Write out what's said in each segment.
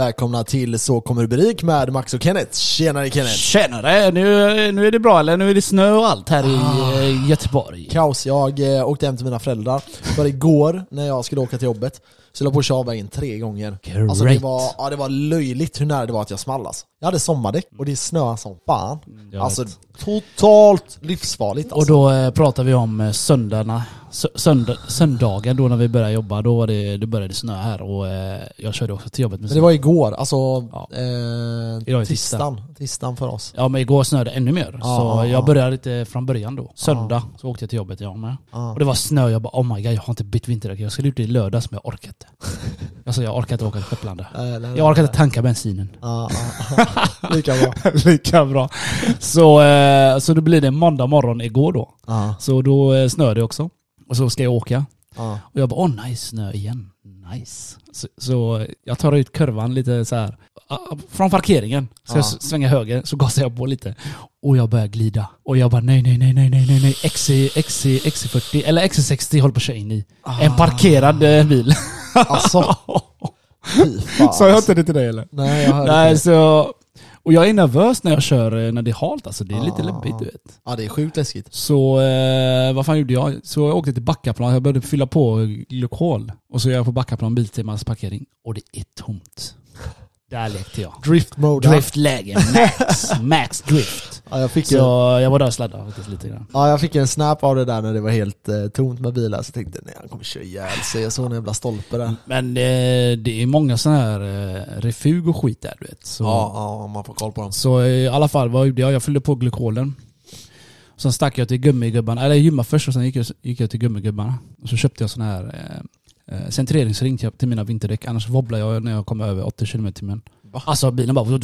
Välkomna till Så kommer rubrik med Max och Kenneth. Tjenare Kenneth! Tjenare! Nu, nu är det bra eller? Nu är det snö och allt här i eh, Göteborg. Ah. Kaos, jag eh, åkte hem till mina föräldrar. För igår när jag skulle åka till jobbet så höll jag på att köra av vägen tre gånger. Alltså det Great. var, ja, det var löjligt hur nära det var att jag small alltså. Jag hade sommardäck och det snöade som fan. Mm, jag Alltså totalt livsfarligt Och alltså. då eh, pratar vi om eh, söndagarna, Sö- sönd söndagar då när vi började jobba. Då var det, det började snöa här och eh, jag körde också till jobbet med Men det snö. var igår, alltså Ja. eh, Idag är tisdag. tisdagen. Tisdagen för oss. Ja men igår snöade ännu mer. Ja, ja, så ja. jag började lite från början Ah. då. Söndag så åkte jag till jobbet jag med. Ja. Och det var snö jag bara oh my god jag har inte bytt vinterdäck. Jag skulle gjort det i lördags men jag orkade inte. alltså jag orkade inte åka till Skepplanda. Eh, nej, Jag orkade inte tanka bensinen. Ja, ja, ja. Lika bra. Lika bra. Så, eh, så då blir det måndag morgon igår då. Ja, Så då eh, snöade det också. Och så ska jag åka. ja. Och jag bara, åh oh, nice, snö igen. Nice. Så, så eh, jag tar ut kurvan lite så här. ah, Från parkeringen. Så jag Ja. s- svänger höger, så gasar jag på lite. Och jag börjar glida. Och jag bara, nej, nej, nej, nej, nej, nej, nej. XC, XC, XC40, eller XC60 håller på att köra in i. En parkerad eh, bil. Alltså, fy fan. Sa jag inte det till dig eller? Nej, jag hörde Nej, inte. så... Och jag är nervös när jag kör, eh, när det är halt alltså. Det är lite Ah. läbbigt du vet. Ja, det är sjukt läskigt. Så eh, vad fan gjorde jag? Så jag åkte till Backaplan, jag började fylla på glykol. Och så är jag på Backaplan Biltemas parkering och det är tomt. Där lekte jag. Drift mode. Driftläge, max, max drift. Ja, jag fick Så ju jag var där och sladdade faktiskt lite grann. Ja, jag fick en snap av det där när det var helt eh, tomt med bilar, så jag tänkte nej han kommer köra ihjäl sig. Jag såg en jävla stolpe där. Men eh, det är många sådana här eh, refug och skit där du vet. Så, Ja, ja, man får koll på dem. så eh, i alla fall, vad gjorde jag? Jag fyllde på glykolen. Sen stack jag till gummigubbarna, eller jag gymmade först och sen gick jag, gick jag till gummigubbarna. Och så köpte jag sån här eh, eh, centreringsring till, till mina vinterdäck, annars wobblar jag när jag kommer över 80 km timmen. Va? Alltså bilen bara... Ja,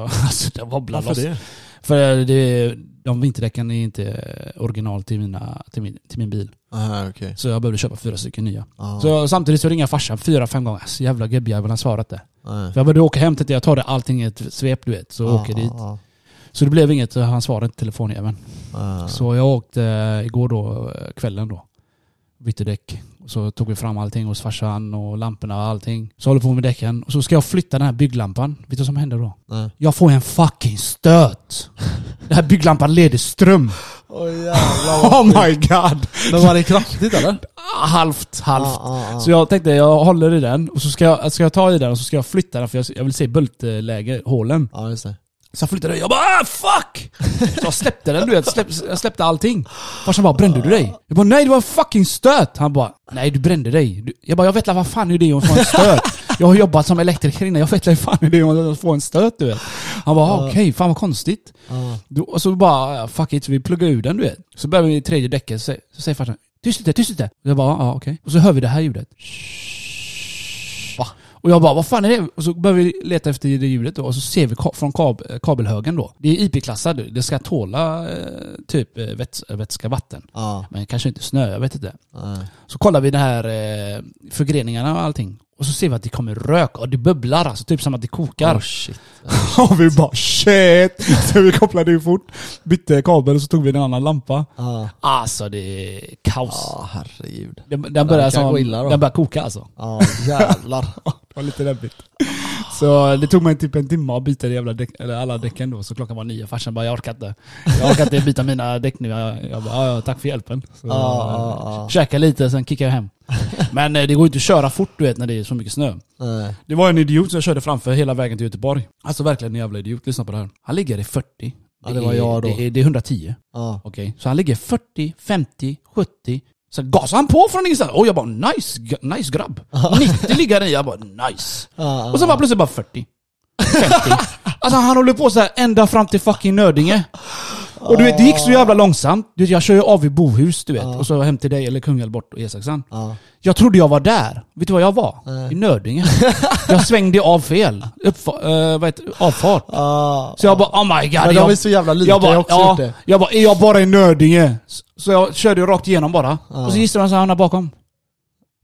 Alltså den wobblar loss. För eh, det, de vinterdäcken är inte eh, original till, mina, till, min, till min bil. Nej, okej. Så jag behövde köpa fyra stycken nya. Ja, Så samtidigt så ringer jag farsan fyra, fem gånger. Alltså, jävla gubbjävel, han svarar inte. nej. För jag behövde åka hem till det, jag tar det allting i ett svep du vet. Så jag Ja, åker ja, dit. ja, Så det blev inget, eh, han svarade inte telefonjäveln. ja. Så jag åkte eh, igår då, eh, kvällen då. Bytte däck. Och Så tog vi fram allting hos farsan och lamporna och allting. Så håller jag på med däcken. Och så ska jag flytta den här bygglampan. Vet du vad som händer då? Nej. Jag får en fucking stöt! Den här bygglampan leder ström. Oj jävlar. vad- Oh my god! Men var det kraftigt eller? Ah. Halvt, halvt. Ja, ja, Så jag tänkte jag håller i den och så ska jag, ska jag ta i den och så ska jag flytta den för jag, jag vill se bultläge, hålen. ja. Ja, just det. Så jag flyttade den, jag bara ah, fuck! Så jag släppte den du vet, släpp, jag släppte allting. Farsan bara brände du dig? Jag bara nej det var en fucking stöt! Han bara nej du brände dig. Du- Jag bara jag vet la vad fan hur det är att få en stöt. Jag har jobbat som elektriker innan, jag vet la hur fan hur det är att få en stöt du vet. Han bara ah, okej, fan vad konstigt. Ja. Då, och så bara ah, fuck it, så vi pluggade ur den du vet. Så börjar vi i tredje däcket, så, sä- så säger farsan tyst lite, tyst lite. Jag bara ja ah, okej. Och så hör vi det här ljudet. Va? Och jag bara, vad fan är det? Och så börjar vi leta efter det ljudet då, och så ser vi ka- från kab kabelhögen då. Det är IP-klassad, det ska tåla eh, typ eh, väts vätska, vatten. Ja, Men kanske inte snö, jag vet inte. nej. Så kollar vi den här eh, förgreningarna och allting. Och så ser vi att det kommer rök och det bubblar alltså, typ som att det kokar. Oh, shit. och vi bara shit! Så vi kopplade ju fort, bytte kabel och så tog vi en annan lampa. Ja, Alltså det är kaos. Ja, herregud. Den, den, Det börjar här kan som, gå illa då. den börjar koka alltså. Ja, jävlar. Det var lite läbbigt. Så det tog mig typ en timme att byta det jävla däck, eller alla däcken då, så klockan var nio. Farsan bara, jag orkar inte. Jag orkar inte byta mina däck nu. Jag, jag bara, "Ja, ja, tack för hjälpen. Så, Ja, ja, ja. Käka lite, sen kickar jag hem. Men eh, det går ju inte att köra fort du vet när det är så mycket snö. Nej. Det var en idiot som jag körde framför hela vägen till Göteborg. Alltså verkligen en jävla idiot, lyssna på det här. Han ligger i 40. Ja, det var jag då. Är, det, är, det är 110. Ja. Okej, så han ligger 40, 50, 70. Sen gasar han på från ingenstans. Och jag bara nice, g- nice grabb. 90 ligger han i. Jag bara nice. Ja, Och sen bara plötsligt bara 40. 50. Alltså han håller på så här ända fram till fucking Nödinge. Och du vet, det gick så jävla långsamt. Du vet, jag kör ju av i Bohus, du vet. Och så hem till dig eller Kungälv bort och E6an. ja. Jag trodde jag var där. Vet du var jag var? I Nödinge. Jag svängde av fel. Uppfa- eh, vad heter, avfart. Ja. Så jag bara oh my god. Men de jag, är så jävla lika, jag har också ja, gjort det. Jag bara, är jag bara i Nödinge? S- Så jag körde ju rakt igenom bara. Och så gissade jag att han är bakom.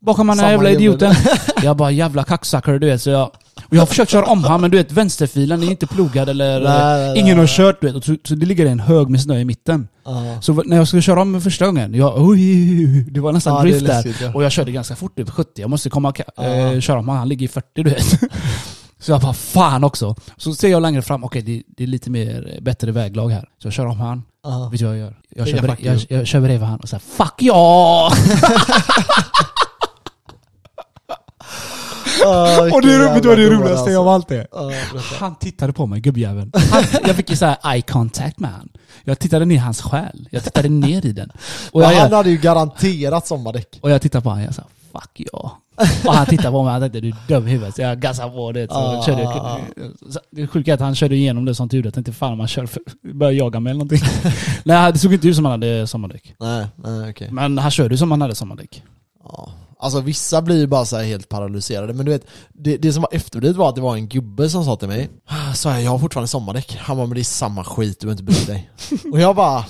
Bakom den här Samma jävla gubbe. idioten. jag bara jävla kacksucker du vet. Så jag, Och jag har försökt köra om han men du vet vänsterfilen är inte plogad eller... Nej, nej, ingen nej. har kört du vet. Och så, så det ligger en hög med snö i mitten. Ja. Så v- när jag skulle köra om första gången, jag, oj, det var nästan Ja, det är drift där. läskigt, ja. Och jag körde ganska fort, typ 70. Jag måste komma ka- Ja. eh, köra om han, han ligger i 40 du vet. Så jag bara fan också. Så ser jag längre fram, okej det, det är lite mer eh, bättre väglag här. Så jag kör om han. Ja. Vet du vad jag gör? Jag Säger kör, bre- fuck jag, you. jag kör bredvid han och säger 'Fuck ja!' Ja, Och det är Ah, vilken roligt, det var det jävla dåre, roligaste av allt det. alltså. Ja, berätta. Han tittade på mig, gubbjäveln. Han, jag fick ju så här eye contact med han. Jag tittade ner i hans själ. Jag tittade ner i den. Och Ja, jag, han hade ju garanterat sommardäck. Och jag tittar på honom och jag sa 'fuck ja' Och han tittar på mig och tänkte 'du är dum i huvudet' så jag gassade på det. Så Ah. körde, jag- så det sjuka är att han körde igenom det som tur Jag tänkte fan om han kör för, börjar jaga mig eller någonting. Nej det såg inte ut som han hade sommardäck. Nej, nej okej. Men han körde ju som han hade sommardäck. Ja. Alltså vissa blir ju bara så här helt paralyserade, men du vet det, det som var efterblivet var att det var en gubbe som sa till mig "Ah", Sa jag, jag har fortfarande sommardäck. Han bara, men det är samma skit, du behöver inte bry dig. och jag bara,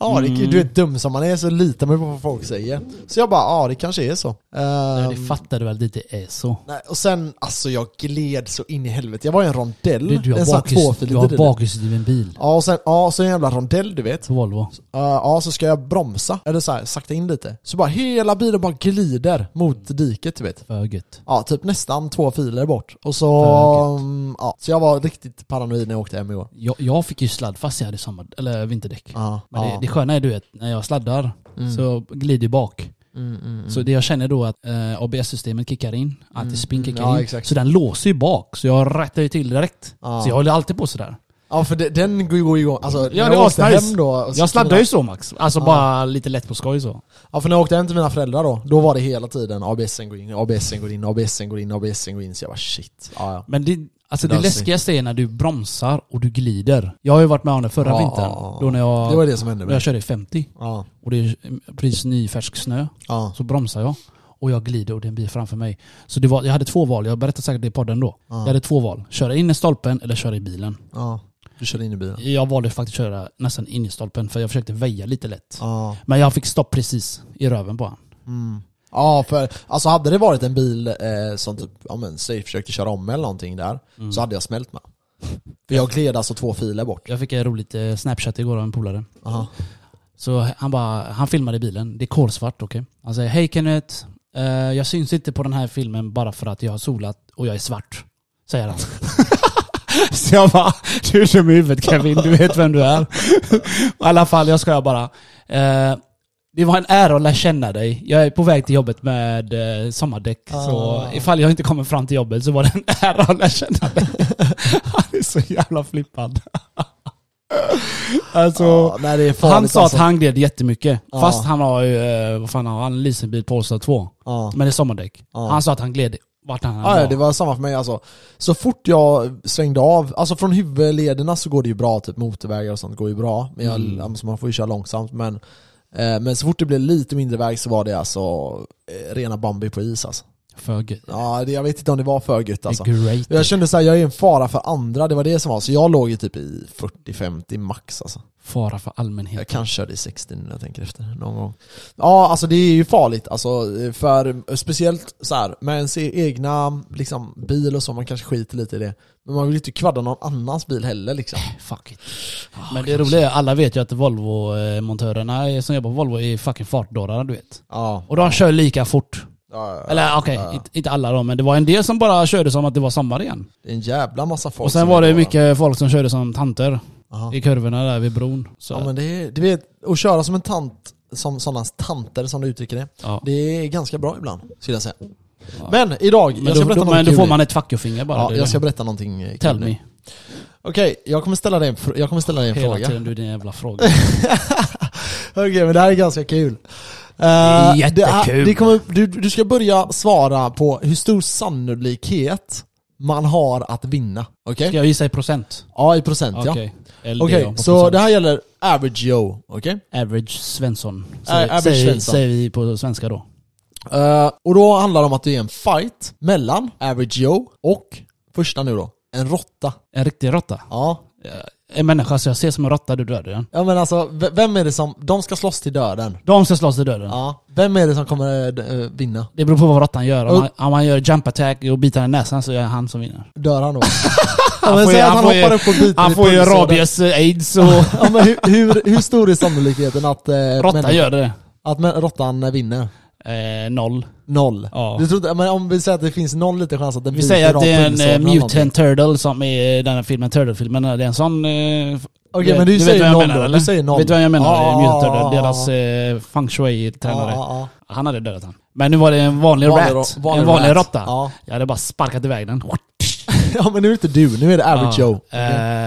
ja det, du Mm. vet dum som man är så litar man ju på vad folk säger. Så jag bara, ja det kanske är så. Um, Ehm, det fattar du väl att det inte är så? nej, och sen, alltså jag gled så in i helvete. Jag var i en rondell. Du, du en har sån här bakhus- tvåfilig du har bil. bakhjulsdriven bil. Ja, och sen, ja, så en jävla rondell du vet. På Volvo. Eh, ja, så ska jag bromsa, eller så här, sakta in lite. Så bara hela bilen bara glider mot diket du vet. För gött. Ja, typ nästan två filer bort. Och så... Fan, mm, ja, så jag var riktigt paranoid när jag åkte hem igår. Jag, jag fick ju sladd fast jag hade sommar, eller vinterdäck. Ja, Men ja. det, det sköna är du vet, när jag sladdar så glider jag bak. Mm, mm, mm. Så det jag känner då att eh, ABS-systemet kickar in, antispinn kickar Ja, in. exakt. Så den låser ju bak, så jag rättar ju till direkt. Ja. Så jag håller alltid på sådär. Ja, för det, den går ju går igång. Alltså, när det jag var åkte nice. hem då... och så- Jag sladdar ju så Max, alltså Ja. bara lite lätt på skoj så. Ja, för när jag åkte hem till mina föräldrar då, då var det hela tiden ABSen går in, ABSen går in, ABSen går in, ABSen går in. Så jag bara shit. Ja, ja. Men det, alltså det Lösning. läskigaste är när du bromsar och du glider. Jag har ju varit med om det förra Ja. vintern, då när jag, Det var det som hände när jag mig. körde i 50 Ja, och det är precis nyfärsk snö. ja, Så bromsar jag och jag glider och det är en bil framför mig. Så det var, jag hade två val, jag berättade säkert det i podden då. Ja. Jag hade två val, köra in i stolpen eller köra i bilen. ja. Du körde in i bilen. Jag valde faktiskt att köra nästan in i stolpen för jag försökte väja lite lätt. Ja. Men jag fick stopp precis i röven på han. Mm. Ja, för alltså hade det varit en bil eh, som typ, ja men säg försökte köra om eller någonting där, så hade jag smält med. För jag gled alltså två filer bort. Jag fick ett roligt eh, snapchat igår av en polare. Aha. Så han, bara, han filmade bilen, det är kolsvart okej. Han säger Hej Kenneth, eh, jag syns inte på den här filmen bara för att jag har solat och jag är svart. Säger han. Så jag bara, du är dum i huvudet Kevin, du vet vem du är. I alla fall, jag skojar bara. Eh, det var en ära att lära känna dig. Jag är på väg till jobbet med eh, sommardäck. Så Ah. ifall jag inte kommer fram till jobbet så var det en ära att lära känna dig. Han är så jävla flippad. alltså, Ja, nej, det är farligt han sa alltså. att han gled jättemycket. Ja. Fast han har ju, eh, vad fan har han, en leasingbil Polestar 2. Ja. Men det är sommardäck. Ja. Han sa att han gled vart han än Ja, ja, det var samma för mig alltså. Så fort jag svängde av, alltså från huvudlederna så går det ju bra, typ motorvägar och sånt går ju bra. Men jag, Mm. alltså, man får ju köra långsamt men, eh, men så fort det blev lite mindre väg så var det alltså eh, rena Bambi på is alltså. För gud. Ja, det, jag vet inte om det var för gött alltså. Det är great. Jag kände såhär, jag är en fara för andra, det var det som var. Så jag låg ju typ i 40-50 max alltså. Fara för allmänheten. Jag kanske körde i 60 nu när jag tänker efter, någon gång. Ja, alltså det är ju farligt alltså, för speciellt så här med ens e- egna liksom, bil och så, man kanske skiter lite i det. Men man vill ju inte kvadda någon annans bil heller liksom. Fuck it. Men det roliga är, alla vet ju att Volvo-montörerna som jobbar på Volvo är fucking fartdårar du vet. Ja. Och de kör lika fort. ja, ja. Eller okej, inte, inte alla då, men det var en del som bara körde som att det var sommar igen. Det är en jävla massa folk Och sen som var vill det vara- mycket folk som körde som tanter Aha. i kurvorna där vid bron. Så, Ja men det är, du vet, att köra som en tant, som sådana tanter som du uttrycker det. ja. Det är ganska bra ibland, skulle jag säga. Men idag, Men, jag ska då, berätta då, något men då kul. får man ett fuck finger bara. Ja, det är jag ska det. berätta någonting eh, kul Tell nu. me. Okej, jag kommer ställa dig en, fr- jag kommer ställa dig en Hela fråga. tiden du din jävla fråga. Okej, men det här är ganska kul. det är jättekul. det kommer, du, du ska börja svara på hur stor sannolikhet man har att vinna. Okej? Ska jag gissa i procent? Ja, i procent ja. Okej, Okej. LDA på så procent. det här gäller average Joe. Okej? Average Svensson. Äh, average säger, Svensson. säger vi på svenska då. Eh, och då handlar det om att det är en fight mellan average Joe och, första nu då, en råtta. En riktig råtta. Ja. En människa så jag ser som en råtta, du dödar den. Ja men alltså, v- vem är det som, de ska slåss till döden. De ska slåss till döden. Ja. Vem är det som kommer eh, d- eh, vinna? Det beror på vad råttan gör. Om Och- han, om han gör jump attack och biter den i näsan så är det han som vinner. Dör han då? Han men får säg ju- att han får ju- hoppar upp och biter Han i får ju pulsen. rabies, eh, aids och... Ja, men hur, hur, hur stor är sannolikheten att, eh, Råttan människa- gör det. att mä- råttan eh, vinner? Eh, noll. Noll. Ja. Du tror, inte- men om vi säger att det finns noll liten chans att den Vi säger att det är en eh, mutant. mutant turtle som är eh, den här filmen, Turtle-filmen. Det är en sån... eh, f- Okej men du, vet vad säger jag noll menar, då. eller? Du säger noll. Ah, Vet du vad jag menar? Ja, mutant ja, turtle, ja, deras ja. eh, feng shui-tränare. Ja, Han hade dödat han. Men nu var det en vanlig, ja. Ah, Vanlig rat. ro- vanlig en vanlig rat. råtta. Ja. Jag hade bara sparkat iväg den. ja men nu är det inte du, nu är det average Ja. Joe.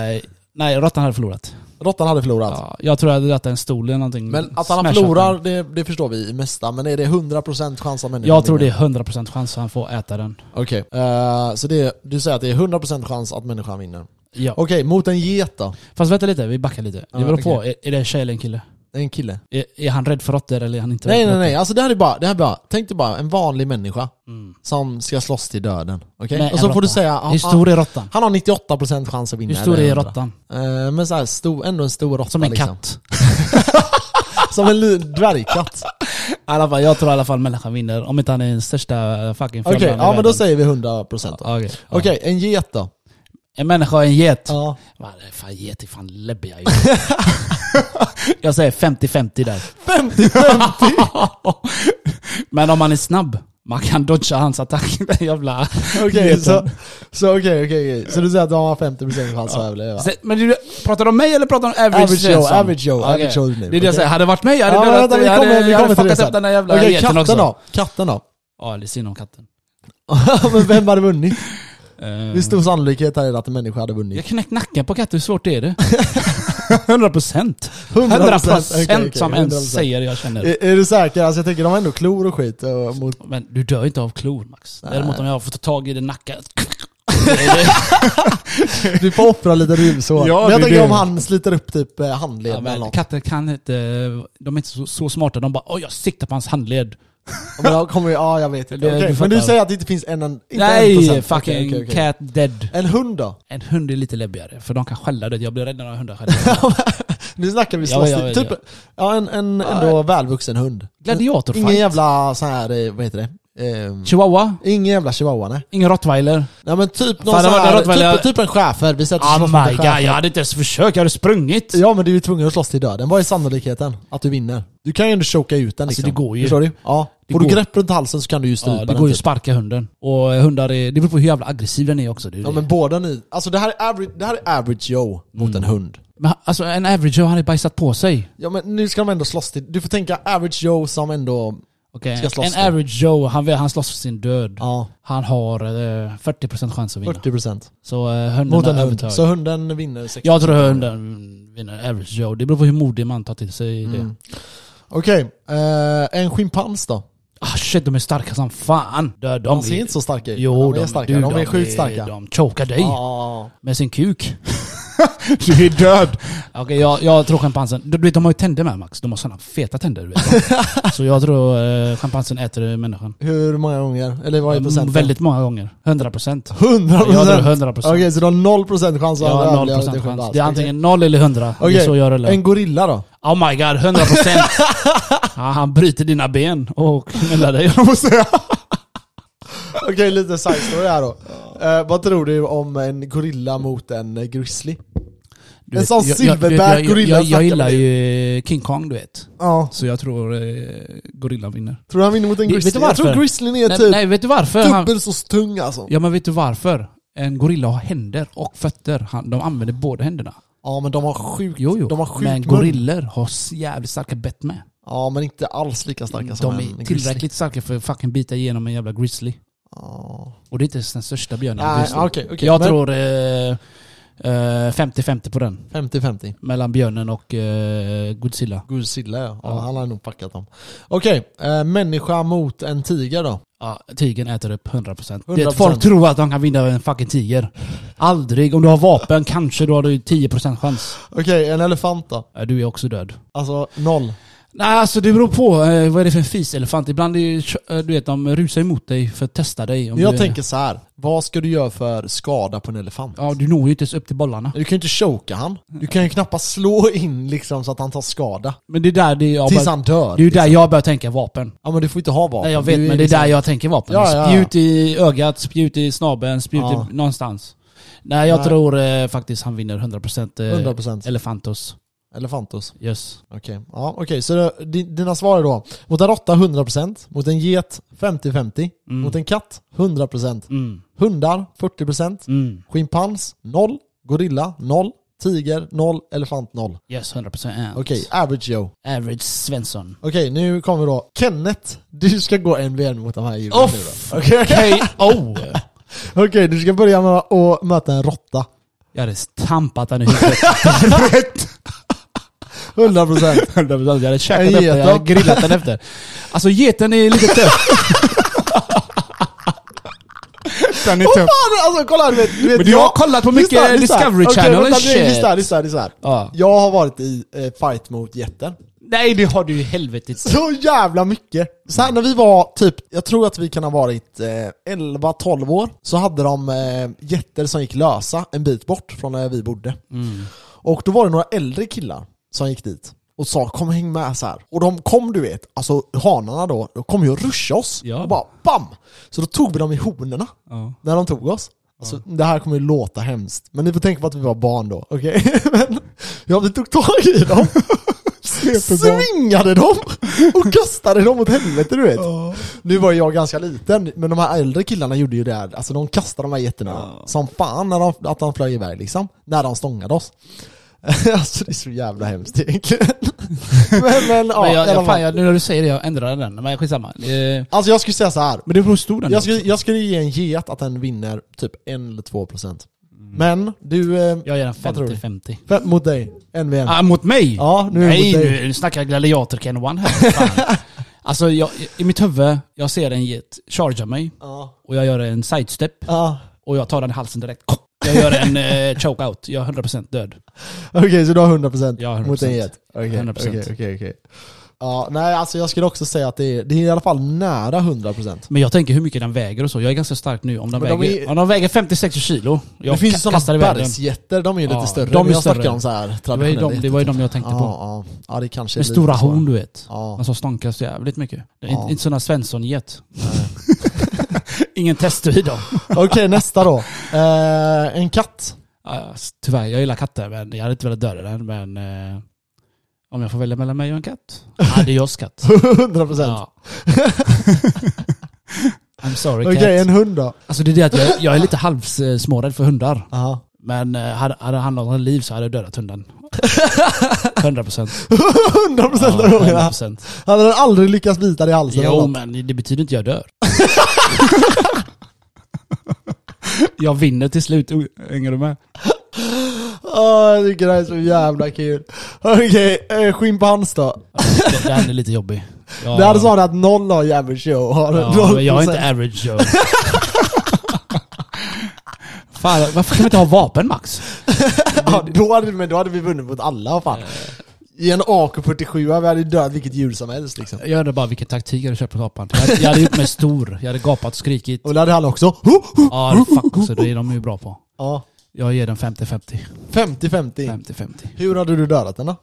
Eh, nej, råttan hade förlorat. Råttan hade förlorat. Ja, jag tror jag hade rätt en stol eller någonting. Ah. Men att han Smashat förlorar, den. det, det förstår vi i mesta, men är det 100% chans att människan Jag tror det vinner? är 100% chans att han får äta den. Okej, eh, så det, är- du säger att det är 100% chans att människan vinner. Ja. Okej, mot en get då? Fast vänta lite, vi backar lite. Ja, Det beror på, okej. är, är det en tjej eller en kille? En kille? Är, är han rädd för råttor eller är han inte Nej rädd för nej nej, råttor? alltså det här är bara, det här är bara tänk dig bara en vanlig människa Mm. som ska slåss till döden. Okej? Med Och en så får du råtta. säga, ah, Hur stor är råttan? han har 98% chans att vinna. Hur stor eller är 100. råttan? Eh, men så här, stor, ändå en stor råtta Som en liksom. katt. Som en li- dvärgkatt. I alla fall, jag tror i alla fall människan vinner. Om inte han är den största eh, fucking Okej, fjollan i ja men då världen. säger vi 100% då. Ja, okej. Ja. Okej, en get då? En människa och en get. Ja. Vad är det fan get är fan läbbiga ju. Jag säger 50-50 där. 50-50? Men om man är snabb, man kan dodga hans attack. Den jävla Okej, geten. så, så, okej, okej, okej. så du säger att de har 50% chans att överleva? Se- Men du, pratar du om mig eller pratar du om average Average Joe, Svensson? average Joe, Okej. average Joe nu, Det är det okej? jag säger, hade det varit mig, jag hade Ja, men dödat- vänta, vi jag hade- kommer- vi jag kommer hade till det fuckat sen. upp den där jävla Okej, geten katten också. då? Katten då? Ja, det är synd om katten. men vem hade vunnit? Eh, Hur stor sannolikhet är det att en människa hade Jag vunnit? knäckt nacken på katten, hur svårt är det? 100 procent. 100%, 100 okej, okej, procent som en 100%. säger jag känner. Är, är du säker? Alltså jag tänker de har ändå klor och skit och mot... Men du dör inte av klor Max. Däremot om jag får ta tag i din nacke. Du får offra lite ruvsår. Ja, men jag det är tänker det. om han sliter upp typ eh, handleden Ja, eller men något. katter kan inte, de är inte så, så smarta. De bara åh jag siktar på hans handled. Men jag kommer ju, ja jag vet inte. Det- du Okej, fattar. men du säger att det inte finns en, en inte en Nej, procent. fucking Okej, okej, okej. cat dead. En hund då? En hund är lite läbbigare, för de kan skälla. du vet. Jag blir rädd när de hundar skäller. Nu snackar vi Ja, slåss. ja, till- ja. typ, ja en, en ändå välvuxen hund. Gladiatorfight. Ingen jävla så här, eh, vad heter det? Ehm, Chihuahua, ingen jävla chihuahua nej. ingen rottweiler. Nej men typ någon Fan, det så var- det här, var väl- typ, typ en schäfer, vi sätter Oh slåss mot my en god, jag schäfer. hade inte ens försökt. Jag hade sprungit. Ja men du är ju tvungen att slåss till döden, vad är sannolikheten att du vinner? Du kan ju ändå choka ut den Alltså, liksom. det går ju. Förstår du? Ja. Det Får du går. grepp runt halsen så kan du ju strypa Ja, det den. går ju att typ. sparka hunden. Och hundar är, det beror på hur jävla aggressiv den är också. Det är ju Ja det. men båda ni, alltså det här är average, det här är average Joe mot Mm. en hund. Men han- alltså en average Joe, han hade bajsat på sig. Ja men nu ska de ändå slåss till, du får tänka average Joe som ändå, Okej, Ska slåss En då. average Joe, han, vill- han slåss för sin död. ja, Han har eh, 40% chans att vinna. 40% Så eh, hunden mot har en hund. övertag. Så hunden vinner 60%. Jag tror hunden vinner average Joe. Det beror på hur modig man tar till sig det. Mm. Okej, eh, en schimpans då? Ah shit, de är starka som fan. Dör de. De ser inte så starka ut. Jo, de är starka. du, de, är sjukt starka. De chokar dig Ja. med sin kuk. du är död. Okej, jag, jag tror schimpansen... Du, du vet, de har ju tänder med Max. De har sådana feta tänder. Du vet. så jag tror eh, schimpansen äter människan. Hur många gånger? Eller vad är Mm, procenten? Väldigt många gånger. 100 procent. 100 Jag tror procent? 100 Okej, procent. så du har 0 procent chans att Jag har överleva 0 till procent schimpans? chans. Det är Okej. antingen 0 eller 100. Det är Okej, så jag rullar. En gorilla då? Oh my god, 100 procent. ja, han bryter dina ben och knullar dig, jag måste säga. Okej, lite side story här då. Eh, vad tror du om en gorilla mot en eh, grizzly? Du En vet, sån jag- jag- silverback jag- jag- gorilla jag- Jag snackar gillar med ju King Kong, du vet. Ja. Så jag tror eh, gorillan vinner. Tror du han vinner mot en Vet- grizzly? vet du jag tror varför? grizzlyn är Nej, typ nej, vet du varför? Han, dubbelt så tung alltså. Ja. ja men vet du varför? En gorilla har händer och fötter. Han, de använder båda händerna. men de har sjukt... Jo, jo. De har sjukt men mun. gorillor har s- jävligt starka bett med. Ja, men inte alls lika starka som de en är grizzly. tillräckligt starka för att fucking bita igenom en jävla grizzly. Ja. Och det är inte ens den största björnen. Nej, grizzly. okej, okej. jag men tror eh, eh, 50-50 på den. 50-50. Mellan björnen och eh, Godzilla. Godzilla ja. ja. Ja. Han har nog packat dem. Okej, eh, människa mot en tiger då. Ja, tigern äter upp 100%. Det är 100%. att folk tror att de kan vinna över en fucking tiger. Aldrig. Om du har vapen kanske då har du 10% chans. Okej, en elefant då. Ja, Du är också död. Alltså noll. Nej alltså det beror på, eh, vad är det för en fiselefant? Ibland är ju, eh, du vet de rusar emot dig för att testa dig. Om Men jag du, tänker så här. vad ska du göra för skada på en elefant? Ja du når ju inte ens upp till bollarna. Du kan ju inte choka han. Du kan ju knappast slå in liksom så att han tar skada. Men det är där det jag Tills börjar, han dör. det är ju där jag börjar tänka vapen. Ja men du får inte ha vapen. Nej jag vet Du men det är liksom- där jag tänker vapen. Ja, ja, ja. Spjut i ögat, spjut i snabeln, spjut Ja. i, någonstans. Nej jag Nej. tror eh, faktiskt han vinner 100%, eh, 100% Elefantos. elefantos. Yes. Okej, ja, okej. så då, di- dina svar är då mot en råtta 100%, mot en get 50-50, Mm. mot en katt 100%, Mm. hundar 40%, Mm. schimpans 0, gorilla 0, tiger 0, elefant 0. Yes, 100% ants. Okej, average Joe. Average Svensson. Okej, nu kommer då Kenneth. Du ska gå NBN mot de här djuren Åh, nu då. Okej, K.O. Okej, du ska börja med att möta en råtta. Jag hade stampat han i huvudet. 100%. 100%. Jag hade käkat En upp den, get jag hade då? grillat den efter. Alltså geten är lite tuff. den är Vad fan! Alltså kolla, du vet, du vet Men du har kollat på mycket Lyssna, lyssna. Discovery Okej, Channel vänta, och nej, shit. Lyssna, lyssna, lyssna. Ja. Jag har varit i eh, fight mot jätten. Nej det har du ju i helvetet. Så jävla mycket! Så här, när vi var typ, jag tror att vi kan ha varit eh, 11-12 år, så hade de eh, jätter som gick lösa en bit bort från där vi bodde. Mm. Och då var det några äldre killar som gick dit och sa kom häng med så här. Och de kom du vet, alltså hanarna då, de kom ju och ruscha oss. Ja. Och bara BAM! Så då tog vi dem i honorna Ja. när de tog oss. Alltså, Det här kommer ju låta hemskt, men ni får tänka på att vi var barn då, okej? Men, ja, vi tog tag i dem, svingade dem och kastade dem åt helvete du vet. Nu var ju jag ganska liten, men de här äldre killarna gjorde ju det här, alltså de kastade de här jätterna som fan när de, att de flög iväg liksom, när de stångade oss. alltså det är så jävla hemskt egentligen. men, men, ja, Men i jag, alla jag, fall. fan, jag, nu när du säger det, jag ändrar den. Men skitsamma. Eh, Alltså jag skulle säga så här. men det beror på hur stor den är. Jag skulle, jag skulle ge en get att den vinner typ 1 eller 2 procent. Mm. Men du, eh, Jag ger den Vad tror du? 50-50. fem mot dig, en vid en. Ah, mot mig? Ja, nu är det Nej, mot dig. nu, nu snackar jag gladiator Ken One här. Fan. alltså, jag, i mitt huvud, jag ser en get charga mig Ja. och jag gör en sidestep Ja. och jag tar den i halsen direkt. Jag gör en eh, chokeout. Jag är 100% död. Okej, så du har 100 procent Ja, 100%. mot en get? Okej, 100%. okej, okej, okej. Ja, nej alltså jag skulle också säga att det är, det är i alla fall nära 100 procent. Men jag tänker hur mycket den väger och så. Jag är ganska stark nu. Om den Men de väger, är- om de väger 50-60 kilo, jag Det finns ju ka- kastar sådana iväg den. bergsjätter, de är ju lite Ja, större. de är Men jag större. snackar om så här Det var ju traditionella de, det var ju de jag tänkte ja, på. ja, ja, det kanske är Med lite stora svårare. horn du vet. Ja. Den som stånkas jävligt mycket. Det är Ja. Inte, inte sådana Svensson-get. Ingen teststrid då. Okej, nästa då. Eh, en katt. Ja, tyvärr, jag gillar katter men jag hade inte velat döda den. Men eh, om jag får välja mellan mig och en katt? Ja, det är Joss katt. 100 procent. Ja. I'm sorry Okej, cat. en hund då. Alltså det är det att jag, jag är lite halvsmårädd för hundar. Aha. Men eh, hade, hade det handlat om liv så hade jag dödat hunden. 100%. 100 procent av gångerna. Hade den aldrig lyckats bita dig i halsen? eller Jo något? men Alltså, det betyder inte jag dör. jag vinner till slut, oh, hänger du med? Åh, jag tycker det här är så jävla kul. Okej, eh, okay, schimpans då. Det- Den är lite jobbig. Jag- Där sa du att noll har jävligt show. Har Ja, noll men jag är procent. inte average Joe. Fan, varför kan vi inte ha vapen Max? ja, då, hade, men då hade vi vunnit mot alla fan. I en AK47, vi hade ju dödat vilket djur som helst liksom. Jag undrar bara vilken taktik jag hade köpt på gapan. Jag hade, jag hade gjort mig stor, jag hade gapat och skrikit. Och det hade han också. Ho, ho. Ja, fuck också, det är de ju bra på. Ja. Jag ger den 50-50. 50-50. 50-50. Hur hade du dödat den då?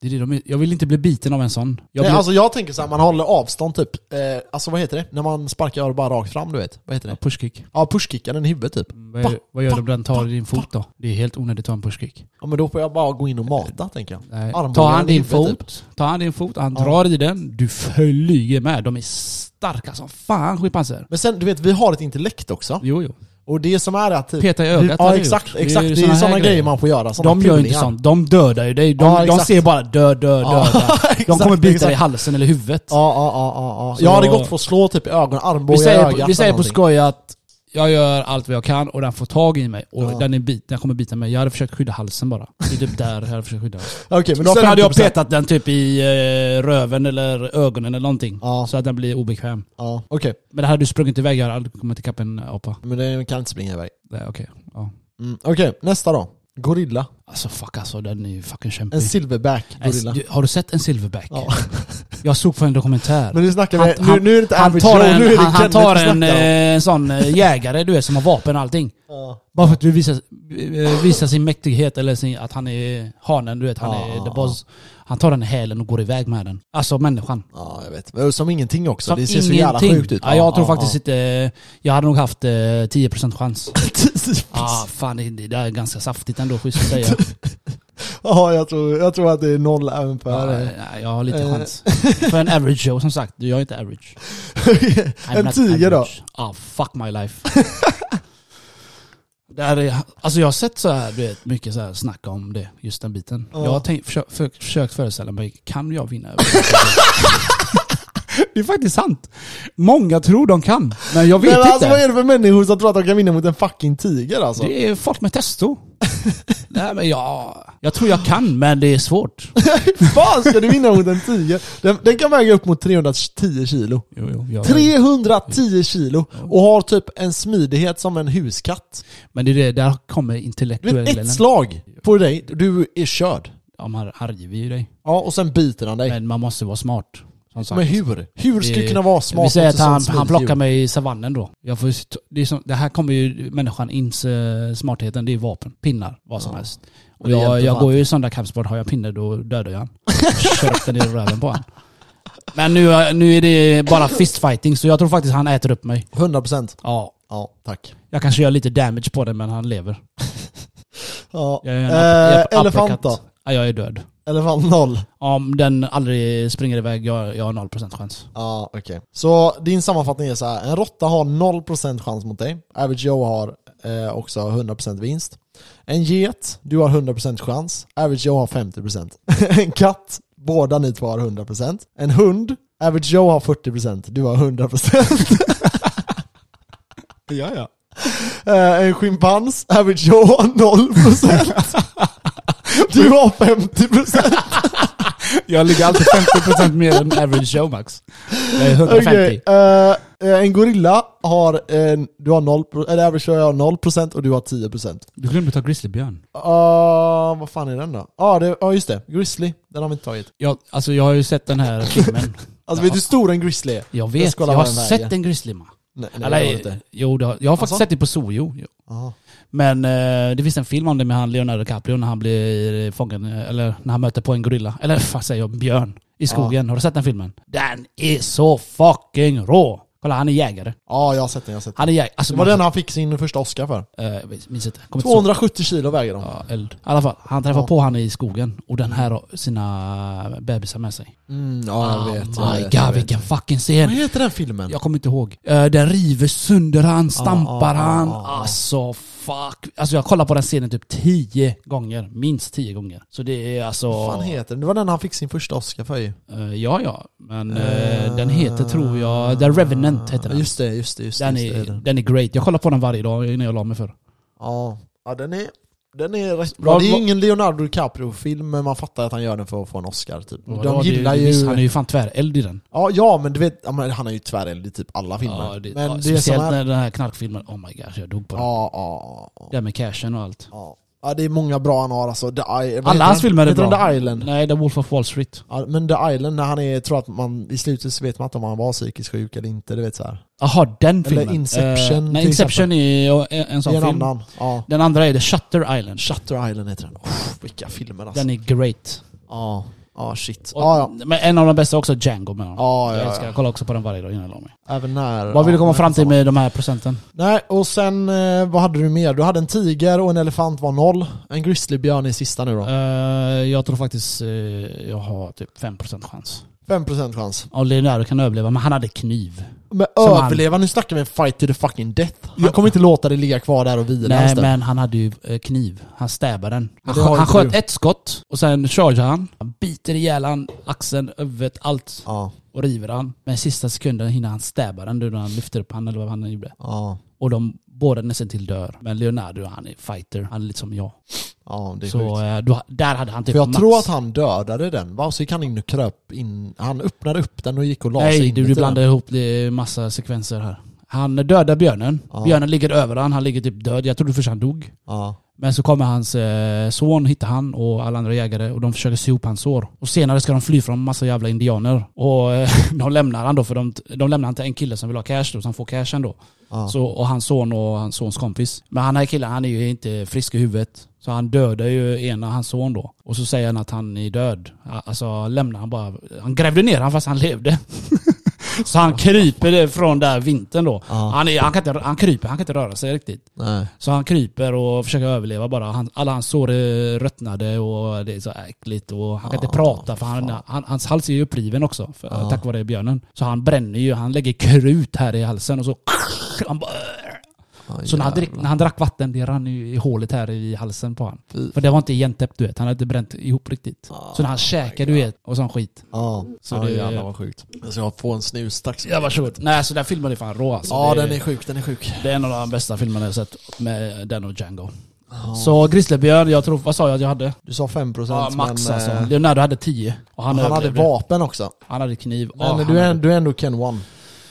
Det är det de, är- jag vill inte bli biten av en sån. Jag Nej, blir, Alltså jag tänker såhär, man håller avstånd typ. Eh, alltså vad heter det? När man sparkar bara rakt fram du vet. Vad heter det? pushkick. Ja, pushkickar den i huvudet typ. Vad gör, vad gör de om den tar din fot då? Det är helt onödigt att ta en pushkick. Ja men då får jag bara gå in och mata tänker jag. Nej. Armbågarna Tar han i din huvudet, typ. fot, tar han din fot, han drar i den, du flyger med. De är starka som fan schimpanser. Men sen, du vet, vi har ett intellekt också. Jo, jo. Och det som är att... Typ, Peta i ögat du, hade Ja du exakt, gjort. Det är exakt. ju Det är såna ju här sådana grejer. grejer man får göra. Såna De gör inte fulingar. sånt. De dödar ju dig. De, Ja, de exakt. ser bara död, död, Ja, död. de kommer exakt, bita dig i exakt. halsen eller huvudet. Ja, ja, ja, ja, ja. Så- Jag hade gått för att slå typ i ögonen, vi armbågar i ögat. säger, vi eller säger på någonting. skoj att jag gör allt vad jag kan och den får tag i mig. Och Ja. den, är bit, den kommer bita mig. Jag hade försökt skydda halsen bara. Det är typ där jag hade försökt skydda halsen. Okej, men då Sen hade jag 50%. petat den typ i eh, röven eller ögonen eller någonting. Ja. Så att den blir obekväm. Ja, okej. Men det hade du sprungit iväg, jag hade aldrig kommit ikapp en apa. Men den kan inte springa iväg. Nej, Okej. Ja. Mm, okej, nästa då. Gorilla. Alltså fuck alltså, den är ju fucking kämpig. En silverback En- gorilla. du- har du sett en silverback? Ja. Jag såg på en dokumentär. Men nu snackar Han- vi, nu, han- nu är det inte han average tar Joe, en, nu är det han, han Kenneth tar vi snackar om. en, eh, en sån eh, jägare du vet, som har vapen och allting. Ja. Bara för att du visar, eh, visar sin mäktighet eller sin, att han är hanen, du vet, han Ja, är ja, the boss. Han tar den i hälen och går iväg med den. Alltså människan. Ja, jag vet. Men som ingenting också. Som det ser så jävla ingenting. sjukt ut. Ja, jag tror faktiskt inte... Jag hade nog haft eh, 10% chans. inte... ah, fan det, det där är ganska saftigt ändå, schysst att säga. ja, jag tror, jag tror att det är noll även på Ja, här. Ah, nej, jag har lite Eh. chans. För en average Joe, som sagt. Jag är inte average. I'm en not tiger då. average. Ah, fuck my life. Där är, alltså jag har sett så här, du vet, mycket så här snack om det, just den biten. Ja. Jag har tänkt, försökt, försökt, försökt föreställa mig, kan jag vinna över Det är faktiskt sant. Många tror de kan, men jag vet Men inte. alltså vad är det för människor som tror att de kan vinna mot en fucking tiger alltså? Det är folk med testo. Nej men jag, jag tror jag kan, men det är svårt. Hur fan ska du vinna mot en tiger? Den, den kan väga upp mot 310 kilo. Jo, jo, jag, 310 kilo! Och har typ en smidighet som en huskatt. Men det är det, där kommer Du vet, ett intellektuellen. slag på dig, du är körd. Ja, man argiver ju dig. Ja, och sen biter han dig. Men man måste vara smart. Som sagt. Men hur? Hur ska du Det- kunna vara Vi smart säger mot ett att han, sånt han smidigt plockar djur? mig i savannen då. Jag får, ju t- det, är som, det här kommer ju människan ins eh, smartheten, det är vapen. Pinnar, vad som Ja. helst. Och Och det jag, hjälper jag fan. går ju i sån där kampsport, har jag pinne då dödar jag han. Kör upp den i röven på han. Men nu, eh, nu är det bara fistfighting så jag tror faktiskt han äter upp mig. 100%. Ja. Ja, tack. Jag kanske gör lite damage på den men han lever. Ja. Jag gör en upper- Eh, uppercut. elefant då? Ja, jag är död. Elefant noll. Om den aldrig springer iväg, jag, jag har 0% chans. Ja, okej. Så din sammanfattning är så här. En råtta har 0% chans mot dig. Average Joe har eh, också 100% vinst. En get, du har 100% chans. Average Joe har 50%. en katt, båda ni två har 100%. En hund, Average Joe har 40%, du har 100%. Ja, ja. eh, en schimpans, Average Joe har 0%. du har 50%. Jag ligger alltid 50% mer än average Joe Max. Jag är 150. Okej, eh, eh, en gorilla har, en, du har 0, eller average har 0% och du har 10%. Du glömde ta grizzlybjörn. Uh, vad fan är den då? Ja, det- ja, just det. Grizzly. Den har vi inte tagit. Jag, alltså jag har ju sett den här filmen. Alltså vet du hur stor en grizzly är? Jag Jag vet, ska jag kolla har vad den sett väger. en grizzly man. Nej, nej det har vi Eller, inte. jo, det har, jag har faktiskt Alltså? sett det på Sojo. Jo. Jaha. Men eh, det finns en film om det med han Leonardo DiCaprio när han blir eh, fången, eh, eller när han möter på en gorilla. Eller vad säger jag, björn. I skogen. Har du sett den filmen? Den är så fucking rå! Kolla, han är jägare. Ja, Ah, jag har sett den. Jag har sett den. Han är jägare. Alltså, Det var man- den han fick sin första Oscar för. eh, jag minns inte. Kommer inte ihåg. 270 kilo väger de. Ja, eld. I alla fall, han träffar Ja. på han i skogen och den här har sina bebisar med sig. Mm, ja, jag vet. jag Ah, my vet, jag god vet. vilken fucking Vad scen! heter den filmen? Jag kommer inte ihåg. Eh, Den river sönder han, ja, stampar ja, han. ja, ja. Alltså fuck. Alltså jag kollar på den scenen typ tio gånger. Minst tio gånger. Så det är alltså... Vad fan heter den? Det var den han fick sin första Oscar för ju. Eh, Ja, ja. Men eh, den heter tror jag... The Revenant heter den. Ah, Just det, just det. Just det, Den just det, är, den är great. Jag kollar på den varje dag innan jag la mig för. Ja. ja, den är... Den är rätt Vad- bra. Det är ju vad- ingen Leonardo DiCaprio-film, men man fattar att han gör den för att få en Oscar typ. Ja, De det- gillar det- ju... visst, Han är ju fan tväreld i den. Ja, ja men du vet, ja, men han har ju tväreld i typ alla filmer. Ja, det, men ja, det är speciellt såna här... när den här knarkfilmen, oh my gosh jag dog på den. Ja, ja, ja, Det här med cashen och allt. ja. Ja, det är många bra han har alltså. The I... vad heter Alla hans den? filmer är Heter den bra. The Island? Nej, The Wolf of Wall Street. Ja, men The Island, när han är, tror att man, i slutet så vet man inte om han var psykiskt sjuk eller inte, du vet såhär. Jaha, den Eller filmen. Inception, Eh, nej, till Inception är en, en Det är sån en film. annan. Ja. Den andra är The Shutter Island. Shutter Island heter den. Oh, vilka filmer alltså. Den är great. Ja, ja shit. Och, Ja, ja. Men en av de bästa också, Django med honom. Ja, Jag ja, älskar, ja. jag kollar också på den varje dag innan jag la mig. Även när... Vad vill ja, du komma men fram till samma. med de här procenten? Nej, och sen eh, vad hade du mer? Du hade en tiger och en elefant var noll. En grizzlybjörn är sista nu då. Eh, jag tror faktiskt eh, jag har typ 5% chans. 5% chans. Och Leonardo kan överleva, men han hade kniv. Men Som han- överleva, nu snackar vi en fight to the fucking death. Han Ja. kommer inte låta det ligga kvar där och vila Nej ens där. men han hade ju eh, kniv. Han stäbbade den. Han, det har skö- han inte sköt du. ett skott och sen chargear han. Han biter ihjäl han, axeln, huvudet, allt Ja, och river han. Men sista sekunden hinner han stäbba den nu när han lyfter upp han eller vad han gjorde. ja, Och de båda nästan till dör. Men Leonardo han är fighter. Han är lite som jag. ja det är sjukt. Så eh, då, där hade han typ För jag max. tror att han dödade den va? Så gick han in och kröp in, han öppnade upp den och gick och la sig Nej in du, i du den. blandar ihop det är massa sekvenser här. Han dödar björnen. Ja. Björnen ligger över han. Han ligger typ död. Jag trodde först han dog. Ja. Men så kommer hans eh, son, hittar han och alla andra jägare och de försöker sy ihop hans sår. Och senare ska de fly från massa jävla indianer. Och eh, de lämnar han då för de, de lämnar han till en kille som vill ha cash då, så han får cashen då. Ja. Så, och hans son och hans sons kompis. Men han här killen han är ju inte frisk i huvudet. Så han dödar ju ena hans son då. Och så säger han att han är död. Alltså lämnar han bara. Han grävde ner han fast han levde. så han kryper från där vintern då. Ja. Han, är, han, kan inte, han kryper, han kan inte röra sig riktigt. Nej. Så han kryper och försöker överleva bara. Han, alla hans sår är röttnade och det är så äckligt. Och han kan inte Ah, prata för han, fan. han, hans hals är ju uppriven också. För, Ah. Tack vare björnen. Så han bränner ju. Han lägger krut här i halsen och så... Han bara, Aj, så när han, drick, jävlar. när han drack vatten, det rann ju i hålet här i halsen på han. Fy. För det var inte igentäppt du vet. Han hade inte bränt ihop riktigt. Ah, Så när han käkade du vet, och sån skit. Ja. Så Så det- jävlar vad sjukt. Jag ska få en snus tack. Jag var sjukt. Nej, så den filmen är fan rå alltså. Ja det, den är sjuk, den är sjuk. det är en av de bästa filmerna jag sett. Med den och Django. Så grizzlybjörn, jag tror, vad sa jag att jag hade? Du sa 5% Ja, max men, eh, alltså. Leonardo hade 10. Och han, han hade överlevde. vapen också. Han hade kniv. Men ja, du, han är, hade- du är ändå Ken One.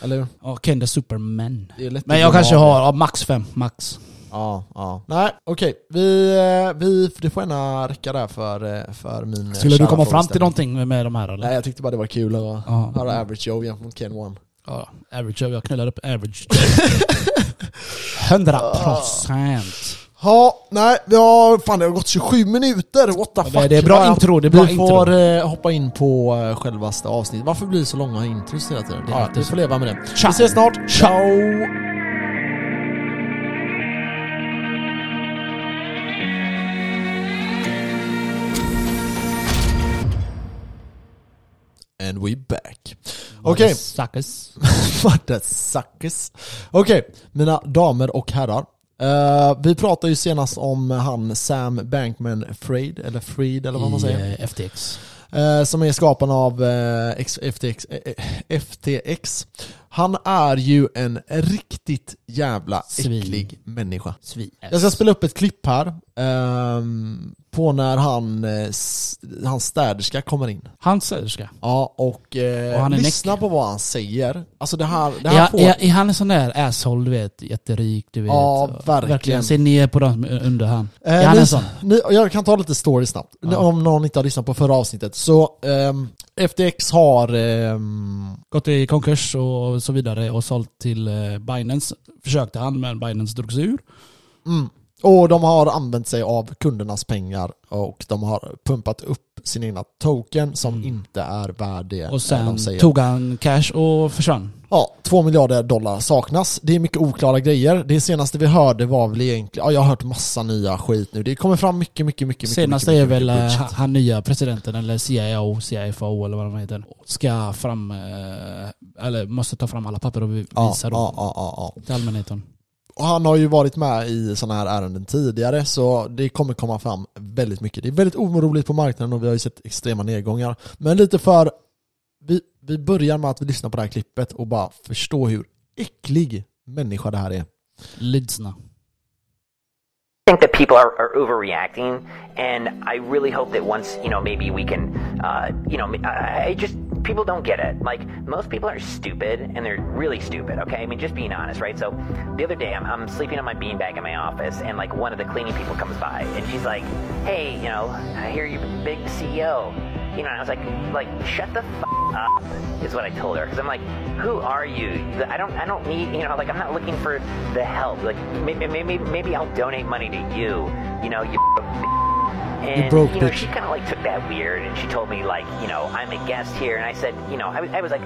Eller hur? Ja, Ken the Superman. Det är lätt Men att jag glömma kanske av det. har, ja, max 5. Max. Ja, ja. Nej, okej. Vi, eh, vi, det får gärna räcka där för, eh, för min eh, Skulle du kära komma fram till frågeställning. någonting med, med de här eller? Nej, jag tyckte bara det var kul att Ja. höra Average Joe jämfört mot Ken One. Ja, average, jag knullar upp average. 100 procent. Ja, nej, ja, fan det har gått 27 minuter, what the det- fuck? det är bra Ja, intro, det är bra Vi får eh, hoppa in på eh, självaste avsnittet. Varför blir det så långa intros hela tiden? Det är Ja, alltid vi så. får leva med det. Tja. Vi ses snart, ciao! And we back. Ah. Okej. Suckers. What the suckers. Okej, mina damer och herrar. Eh, vi pratade ju senast om han Sam Bankman-Fried, eller Fried eller vad man I säger. eh, FTX. Eh, som är skaparen av eh, X- FTX, eh, eh, FTX. Han är ju en riktigt jävla Svin. äcklig människa. Svin. Jag ska spela upp ett klipp här. ehm, på när han, eh, s- hans städerska kommer in. Hans städerska. Ja, och, eh, Och han är lyssna näck. på vad han säger. Alltså det här, det här Är, får... är, är han en sån där asshole du vet? Jätterik du vet. Ja, Och verkligen. Ser ner på dem eh, under han. Eh, är han ni- en sån? ni, jag kan ta lite story snabbt, Ja. om någon inte har lyssnat på förra avsnittet. Så ehm, FTX har... ehm, gått i konkurs och så vidare och sålt till eh, Binance. Försökte han men Binance drog sig ur. mm, och de har använt sig av kundernas pengar och de har pumpat upp sin egna token som Mm. inte är värd det Och sen de säger. tog han cash och försvann. Ja, två miljarder dollar saknas. Det är mycket oklara grejer. Det senaste vi hörde var väl egentligen... Ja, jag har hört massa nya skit nu. Det kommer fram mycket, mycket, mycket, mycket Senast mycket, är mycket, väl eh, mycket bullshit. han nya presidenten eller CIO, CFO eller vad de heter. Ska fram, eh, eller måste ta fram alla papper och vi- Ja, visa ja, då ja, ja, ja. till allmänheten. Och han har ju varit med i sådana här ärenden tidigare så det kommer komma fram väldigt mycket. Det är väldigt oroligt på marknaden och vi har ju sett extrema nedgångar. Men lite för... Vi, vi börjar med att vi lyssnar på det här klippet och bara förstår hur äcklig människa det här är. Lidsna. think that people are, are overreacting, and I really hope that once you know maybe we can, uh, you know, I, I just people don't get it. Like most people are stupid, and they're really stupid. Okay, I mean just being honest, right? So the other day I'm, I'm sleeping on my beanbag in my office, and like one of the cleaning people comes by, and she's like, "Hey, you know, I hear you're a big E CEO." You know, and I was like, like, shut the f- up is what I told her because I'm like, who are you? The- I don't, I don't need, you know, like I'm not looking for the help. Like maybe, maybe, maybe I'll donate money to you. You know, you. And, broke you know, bitch. she kind of like took that weird, and she told me like, you know, I'm a guest here, and I said, you know, I was, I was like,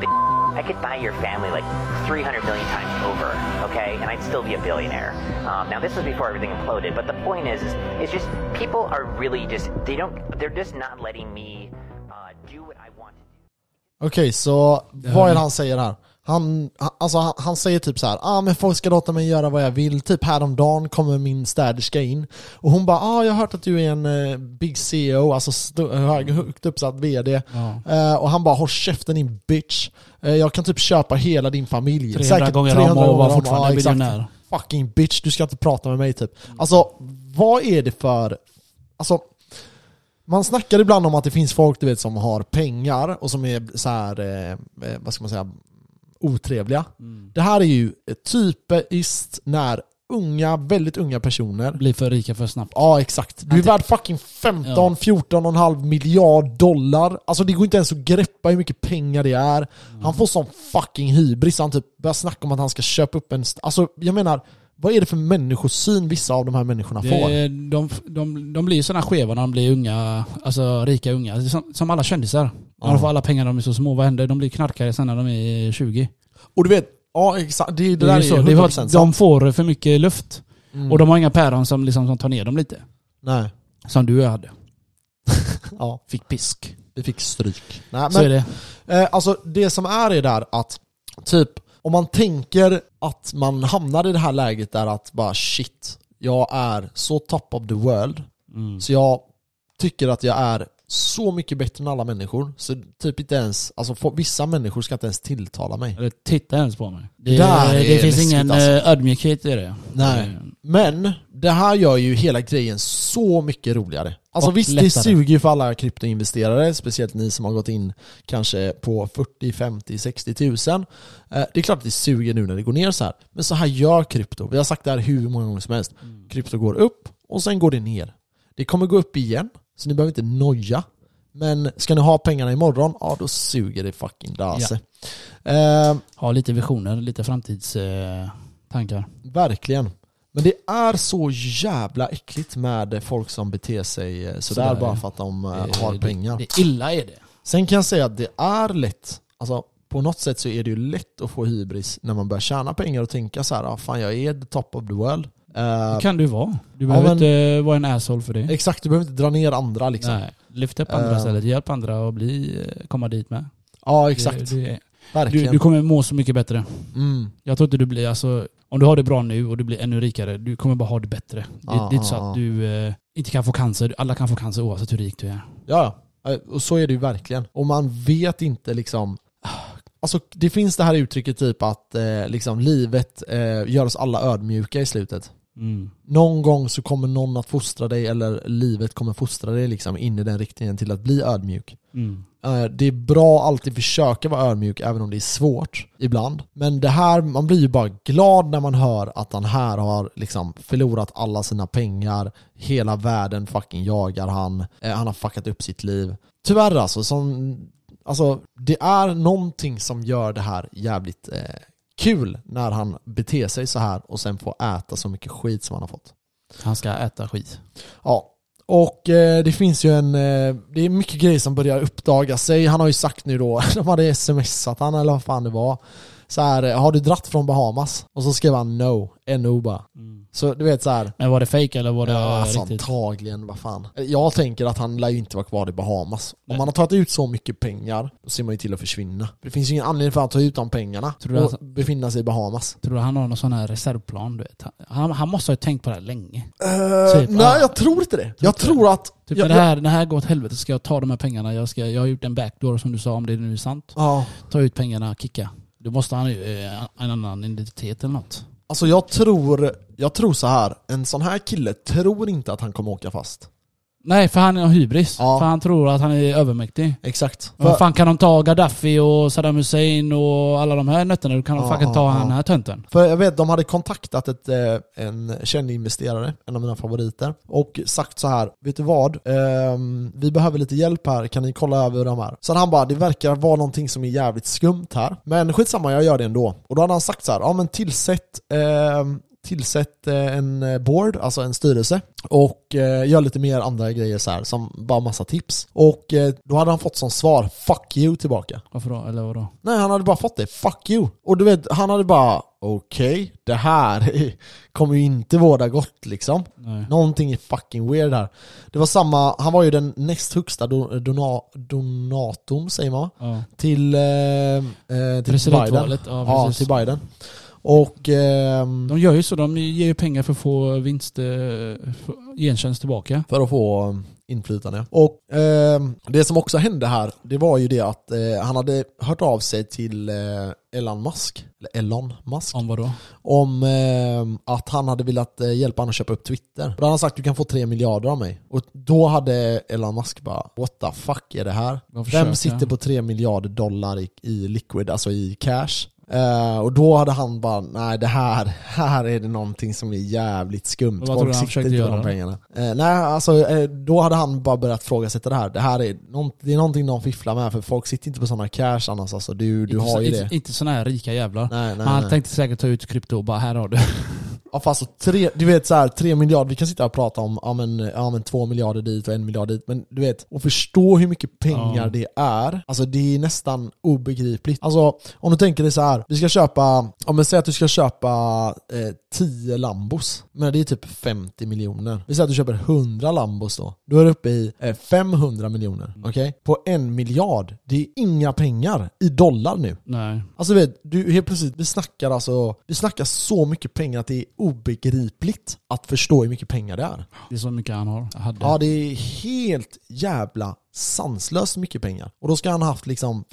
bitch, I could buy your family like 300 million times over, okay, and I'd still be a billionaire. Um, now this was before everything imploded, but the point is, is, is just people are really just they don't, they're just not letting me uh, do what I want to do. Okej, så vad är det han säger här? Han, han- alltså, han, han säger typ så här, ah, men folk ska låta mig göra vad jag vill. Typ häromdagen kommer min städerska in och hon bara, ah, jag har hört att du är en eh, big CEO, alltså st- hög- högt uppsatt vd. Ja. Eh, och han bara, håll käften din bitch. Eh, jag kan typ köpa hela din familj. 300 gånger om och vara fortfarande exakt. miljonär. Fucking bitch, du ska inte prata med mig typ. Alltså, vad är det för... Alltså, man snackar ibland om att det finns folk du vet som har pengar och som är så här, eh, Mm. eh, vad ska man säga, otrevliga. Det här är ju typiskt när unga, väldigt unga personer. Blir för rika för snabbt. Ja, exakt. Du är värd fucking 15, Ja. 14,5 miljard dollar. Alltså det går inte ens att greppa hur mycket pengar det är. Mm. Han får sån fucking hybris. Han typ börjar snacka om att han ska köpa upp en... St- alltså jag menar, vad är det för människosyn vissa av de här människorna får? Det, de, de, de blir ju sådana skeva när de blir unga, alltså rika unga. Det är Som, som alla kändisar. När de får alla pengar när de är så små, vad händer? De blir knarkare sen när de är 20. Och du vet, ja exakt. Det, det, Det där är är ju ju så. Det är 100% för sant. Mm. att de får för mycket luft. Och de har inga päron som, liksom, som tar ner dem lite. Nej. Som du hade. Ja, Fick pisk. vi fick stryk. Nej, Så är men, det. eh, alltså det som är är där att typ om man tänker att man hamnar i det här läget där att bara shit, jag är så top of the world. Mm. Så jag tycker att jag är så mycket bättre än alla människor. Så typ inte ens, alltså få- vissa människor ska inte ens tilltala mig. Eller titta ens på mig. Det, Där är det, läskigt, finns ingen alltså. eh, ödmjukhet i det. Eh, Nej. Men det här gör ju hela grejen så mycket roligare. Alltså Och visst, det lättare. suger ju för alla kryptoinvesterare, speciellt ni som har gått in kanske på 40, 50, 60 tusen. Eh, Det är klart att det suger nu när det går ner så här. Men så här gör krypto. Vi har sagt det här hur många gånger som helst. Mm. Krypto går upp och sen går det ner. Det kommer gå upp igen, så ni behöver inte noja. Men ska ni ha pengarna imorgon, ja då suger det fucking dase. Ehm, Ha lite visioner, lite eh, framtidstankar. Verkligen. Men det är så jävla äckligt med folk som beter sig eh, sådär Sådär, bara ja. för att de eh, har pengar. Det, det, illa är det. Sen kan jag säga att det är lätt, alltså på något sätt så är det ju lätt att få hybris när man börjar tjäna pengar och tänka så här, ah, fan jag är the top of the world. Eh, Det kan du vara. Du behöver men- inte vara en asshole för det. Exakt, du behöver inte dra ner andra liksom. Nej. Lyft upp andra Eh. istället. Hjälp andra att bli, eh, komma dit med. Ja exakt, Det, det, du, verkligen. du kommer må så mycket bättre. Mm. Jag tror inte du blir, alltså, om du har det bra nu och du blir ännu rikare, du kommer bara ha det bättre. Det, Ja, det är inte så ja, ja. att du eh, inte kan få cancer. Alla kan få cancer oavsett hur rik du är. Ja, ja. Eh, Och så är det ju verkligen. Och man vet inte liksom... Alltså det finns det här uttrycket typ att eh, liksom, livet eh, gör oss alla ödmjuka i slutet. Mm. Någon gång så kommer någon att fostra dig eller livet kommer fostra dig liksom in i den riktningen till att bli ödmjuk. Mm. Eh, Det är bra att alltid försöka vara ödmjuk även om det är svårt ibland. Men det här, man blir ju bara glad när man hör att han här har liksom förlorat alla sina pengar, hela världen fucking jagar han, eh, han har fuckat upp sitt liv. Tyvärr alltså, som, alltså det är någonting som gör det här jävligt eh, kul när han beter sig så här och sen får äta så mycket skit som han har fått. Han ska äta skit. Ja. Och eh, det finns ju en, eh, det är mycket grejer som börjar uppdaga sig. Han har ju sagt nu då, de hade smsat han eller vad fan det var. Så här, eh, har du dratt från Bahamas? Och så skrev han no, NO bara. Så du vet så här, Men var det fake eller var det ja, alltså, Mm. riktigt? antagligen, vad fan. Jag tänker att han lär ju inte vara kvar i Bahamas. Om man har tagit ut så mycket pengar, då ser man ju till att försvinna. Det finns ju ingen anledning för att ta ut de pengarna Tror du och alltså- befinna sig i Bahamas. Tror du han har någon sån här reservplan? Du vet? Han, han måste ha ju tänkt på det här länge. Eh, Typ, nej, ja. jag tror inte det. Jag inte tror att... Typ jag, när, det här, när det här går åt helvete ska jag ta de här pengarna. Jag, ska, jag har gjort en backdoor som du sa, om det nu är sant. jag, ja. Ta ut pengarna, kicka. Då måste han ju eh, en annan identitet eller något. Alltså jag tror, jag tror så här. en sån här kille tror inte att han kommer åka fast. Nej, för han har hybris. Ja. För han tror att han är övermäktig. Exakt. Men Vad fan kan de ta Gaddafi och Saddam Hussein och alla de här nötterna? Då kan de Ja, fucking ja, ta ja. han den här tönten. För jag vet, de hade kontaktat ett, eh, en känd investerare, en av mina favoriter, och sagt så här, vet du vad? Ehm, vi behöver lite hjälp här, kan ni kolla över de här? Sen han bara, det verkar vara någonting som är jävligt skumt här, men skitsamma, jag gör det ändå. Och då hade han sagt så här, ja men tillsätt ehm, Tillsätt eh, en eh, board, alltså en styrelse och eh, gör lite mer andra grejer så här som bara massa tips. Och eh, då hade han fått som svar 'fuck you' tillbaka. Varför då? Eller vadå? Nej, han hade bara fått det. Fuck you. Och du vet, han hade bara okej, det här kommer ju inte vårda gott liksom. Nej. Någonting är fucking weird här. Det var samma, han var ju den näst högsta do, dona, donatorn, säger man va? Ja. Till, eh, eh, till Biden. Presidentvalet, ja, Ja, precis. till Biden. Och ehm, De gör ju så. De ger ju pengar för att få vinst, eh, för- gentjänst tillbaka. För att få eh, inflytande. Och ehm, det som också hände här, det var ju det att eh, han hade hört av sig till eh, Elon Musk, eller Elon Musk, Om vadå? om ehm, att han hade velat eh, hjälpa honom att köpa upp Twitter. Och då hade han sagt du kan få 3 miljarder av mig. Och då hade Elon Musk bara what the fuck är det här? Jag Vem försöker. sitter på 3 miljarder dollar i, i liquid, alltså i cash? Eh, och då hade han bara, nej det här, här är det någonting som är jävligt skumt. Vad tror du han siktar försökte inte på göra? de pengarna. Eh, nej, alltså eh, då hade han bara börjat frågasätta det här. Det här är, nånt- det är någonting de fifflar med, för folk sitter inte på sådana cash annars alltså. Du, du inte, har ju inte, det. inte såna här rika jävlar. Nej, nej, Men han nej. tänkte säkert ta ut krypto och bara här har du. Ja fast alltså, tre, du vet så här, tre miljarder, vi kan sitta och prata om ja, men, ja, men två miljarder dit och en miljard dit, men du vet, att förstå hur mycket pengar Ja. det är, alltså det är nästan obegripligt. Alltså om du tänker dig så här, vi ska köpa, ja men säg att du ska köpa eh, 10 Lambos, men det är typ 50 miljoner. Vi säger att du köper 100 Lambos då, då är du uppe i eh, 500 miljoner, okej? På en miljard, det är inga pengar i dollar nu. nej. Alltså du vet, du, helt plötsligt, vi snackar alltså, vi snackar så mycket pengar att det är obegripligt att förstå hur mycket pengar det är. Det är så mycket han har. Hade. Ja, det är helt jävla sanslöst mycket pengar. Och då ska han ha haft liksom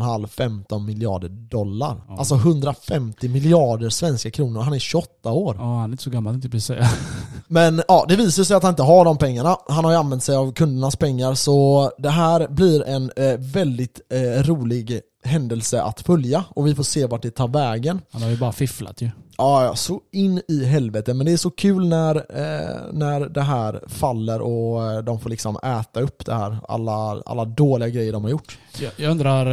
14,5-15 miljarder dollar. Alltså 150 miljarder svenska kronor, han är 28 år. Ja, han är inte så gammal tänkte jag precis säga. Men ja, det visar sig att han inte har de pengarna. Han har ju använt sig av kundernas pengar, så det här blir en eh, väldigt eh, rolig händelse att följa. Och vi får se vart det tar vägen. Han har ju bara fifflat ju. Ja, ja, så in i helvete. Men det är så kul när, eh, när det här faller och eh, de får liksom äta upp det här. Alla, alla dåliga grejer de har gjort. Jag, jag undrar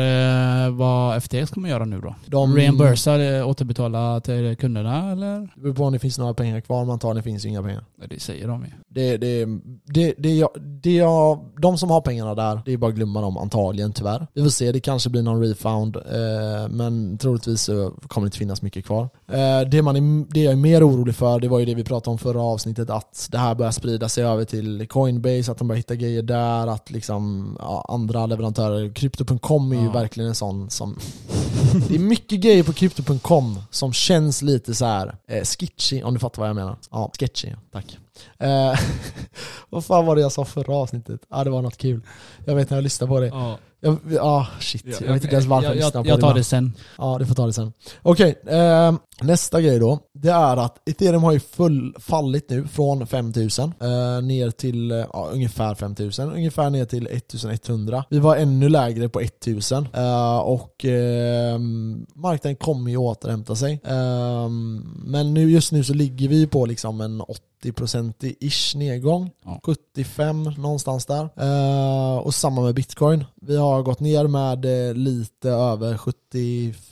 eh, vad FTX kommer göra nu då? De, Reimbursa, eh, återbetala till kunderna eller? Det beror på om det finns några pengar kvar, men antagligen finns ju inga pengar. Nej, det säger de ju. Det, det, det, det, jag- det, jag- de som har pengarna där, det är bara att glömma dem antagligen tyvärr. Vi får se, det kanske blir någon refund, eh, men troligtvis så kommer det inte finnas mycket kvar. Eh, det, man är, det jag är mer orolig för, det var ju det vi pratade om förra avsnittet, att det här börjar sprida sig över till Coinbase, att de börjar hitta grejer där, att liksom ja, andra leverantörer, Crypto.com är ju Ja. verkligen en sån som det är mycket grejer på Crypto.com som känns lite så här eh, sketchy, om du fattar vad jag menar. Ja, sketchy, tack. Eh, vad fan var det jag sa förra avsnittet? Ja, ah, det var något kul. Jag vet när jag lyssnade på det. Ja, Ja. jag, ah, shit. jag vet inte ens varför jag, jag, lyssnade jag, på jag det. tar men- det sen. Ja, du får ta det sen. Okej, ehm, nästa grej då. Det är att ethereum har ju full, fallit nu från 5000 eh, ner till eh, ja, ungefär 5000, ungefär ner till 1100. Vi var ännu lägre på 1000 eh, och ehm, marknaden kommer ju återhämta sig. Ehm, men nu, just nu så ligger vi på liksom en 80% ish nedgång. Ja. 75 någonstans där. Eh, och samma med bitcoin. Vi har gått ner med eh, lite över 70,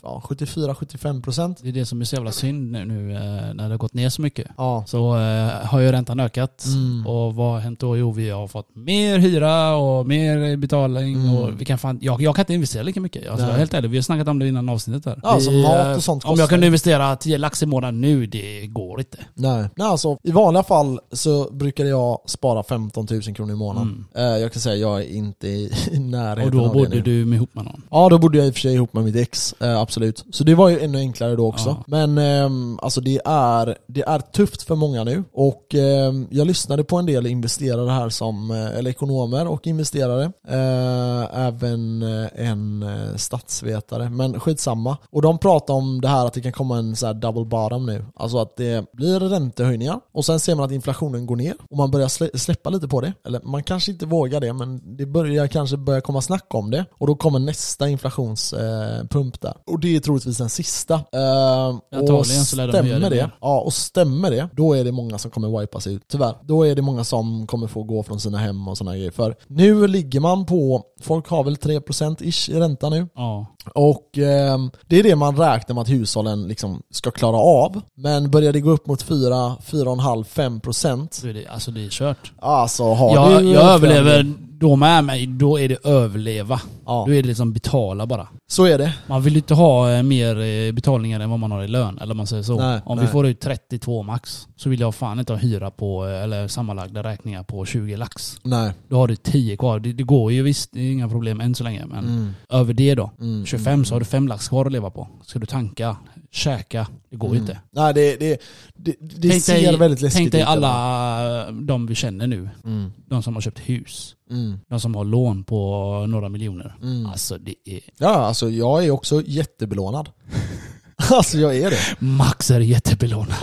ja, 74-75%. Det är det som är så jävla synd nu, nu eh, när det har gått ner så mycket. Ja. Så eh, har ju räntan ökat. Mm. Och vad har hänt då? Jo, vi har fått mer hyra och mer betalning. Mm. Och vi kan fan, jag, jag kan inte investera lika mycket. Alltså, Nej. helt ärligt, vi har snackat om det innan avsnittet. Där. Ja, så Vi, mat och eh, sånt Om kostar. jag kunde investera 10 lax i månaden nu, det går inte. Nej. Nej, alltså i vanliga fall så brukade jag spara 15 000 kronor i månaden. Eh, jag kan säga jag är inte i, i närheten Mm. Och då av det bodde nu. du med ihop med någon. Ja, då bodde jag i och för sig ihop med mitt ex, eh, absolut. Så det var ju ännu enklare då också. Ja. Men ehm, alltså det är, det är tufft för många nu och ehm, jag lyssnade på en del investerare här som, eh, eller ekonomer och investerare. Eh, även eh, en eh, statsvetare, men skitsamma. Och de pratar om det här att det kan komma en så här double bottom nu. Alltså att det blir räntehöjningar och sen ser man att inflationen går ner och man börjar slä- släppa lite på det. Eller man kanske inte vågar det men det börjar kanske börja komma snack om det och då kommer nästa inflationspump eh, pump där. Och det är troligtvis den sista. Eh, och Antagligen så lär de göra stämmer det. det, ja, och stämmer det, då är det många som kommer wipas ut. Tyvärr. Då är det många som kommer få gå från sina hem och sådana grejer. För nu ligger man på, folk har väl 3% ish i ränta nu. Ja. Och ehm, det är det man räknar med att hushållen liksom ska klara av. Men börjar det gå upp mot 4, 4,5-5 procent, Så är det, alltså det är kört. alltså har jag du... jag överlever då med mig, då är det överleva. Ja. Då är det liksom betala bara. Så är det. Man vill ju inte ha eh, mer eh, betalningar än vad man har i lön, eller om man säger så. Nej, om nej. vi får ut 32 max, så vill jag fan inte ha hyra på, eh, eller sammanlagda räkningar på 20 lax. Nej. Då har du 10 kvar. Det, det går ju visst, det är inga problem än så länge. Men Mm. över det då, 25 så har du 5 lax kvar att leva på. Ska du tanka, käka, det går ju inte. Nej, det, det, det, Mm. det ser väldigt läskigt tänk dig ut. alltså. alla eh, de vi känner nu. Mm. De som har köpt hus. Mm. De som har lån på några miljoner. Alltså det är... Ja, alltså jag är också jättebelånad. alltså jag är det. Max är jättebelånad.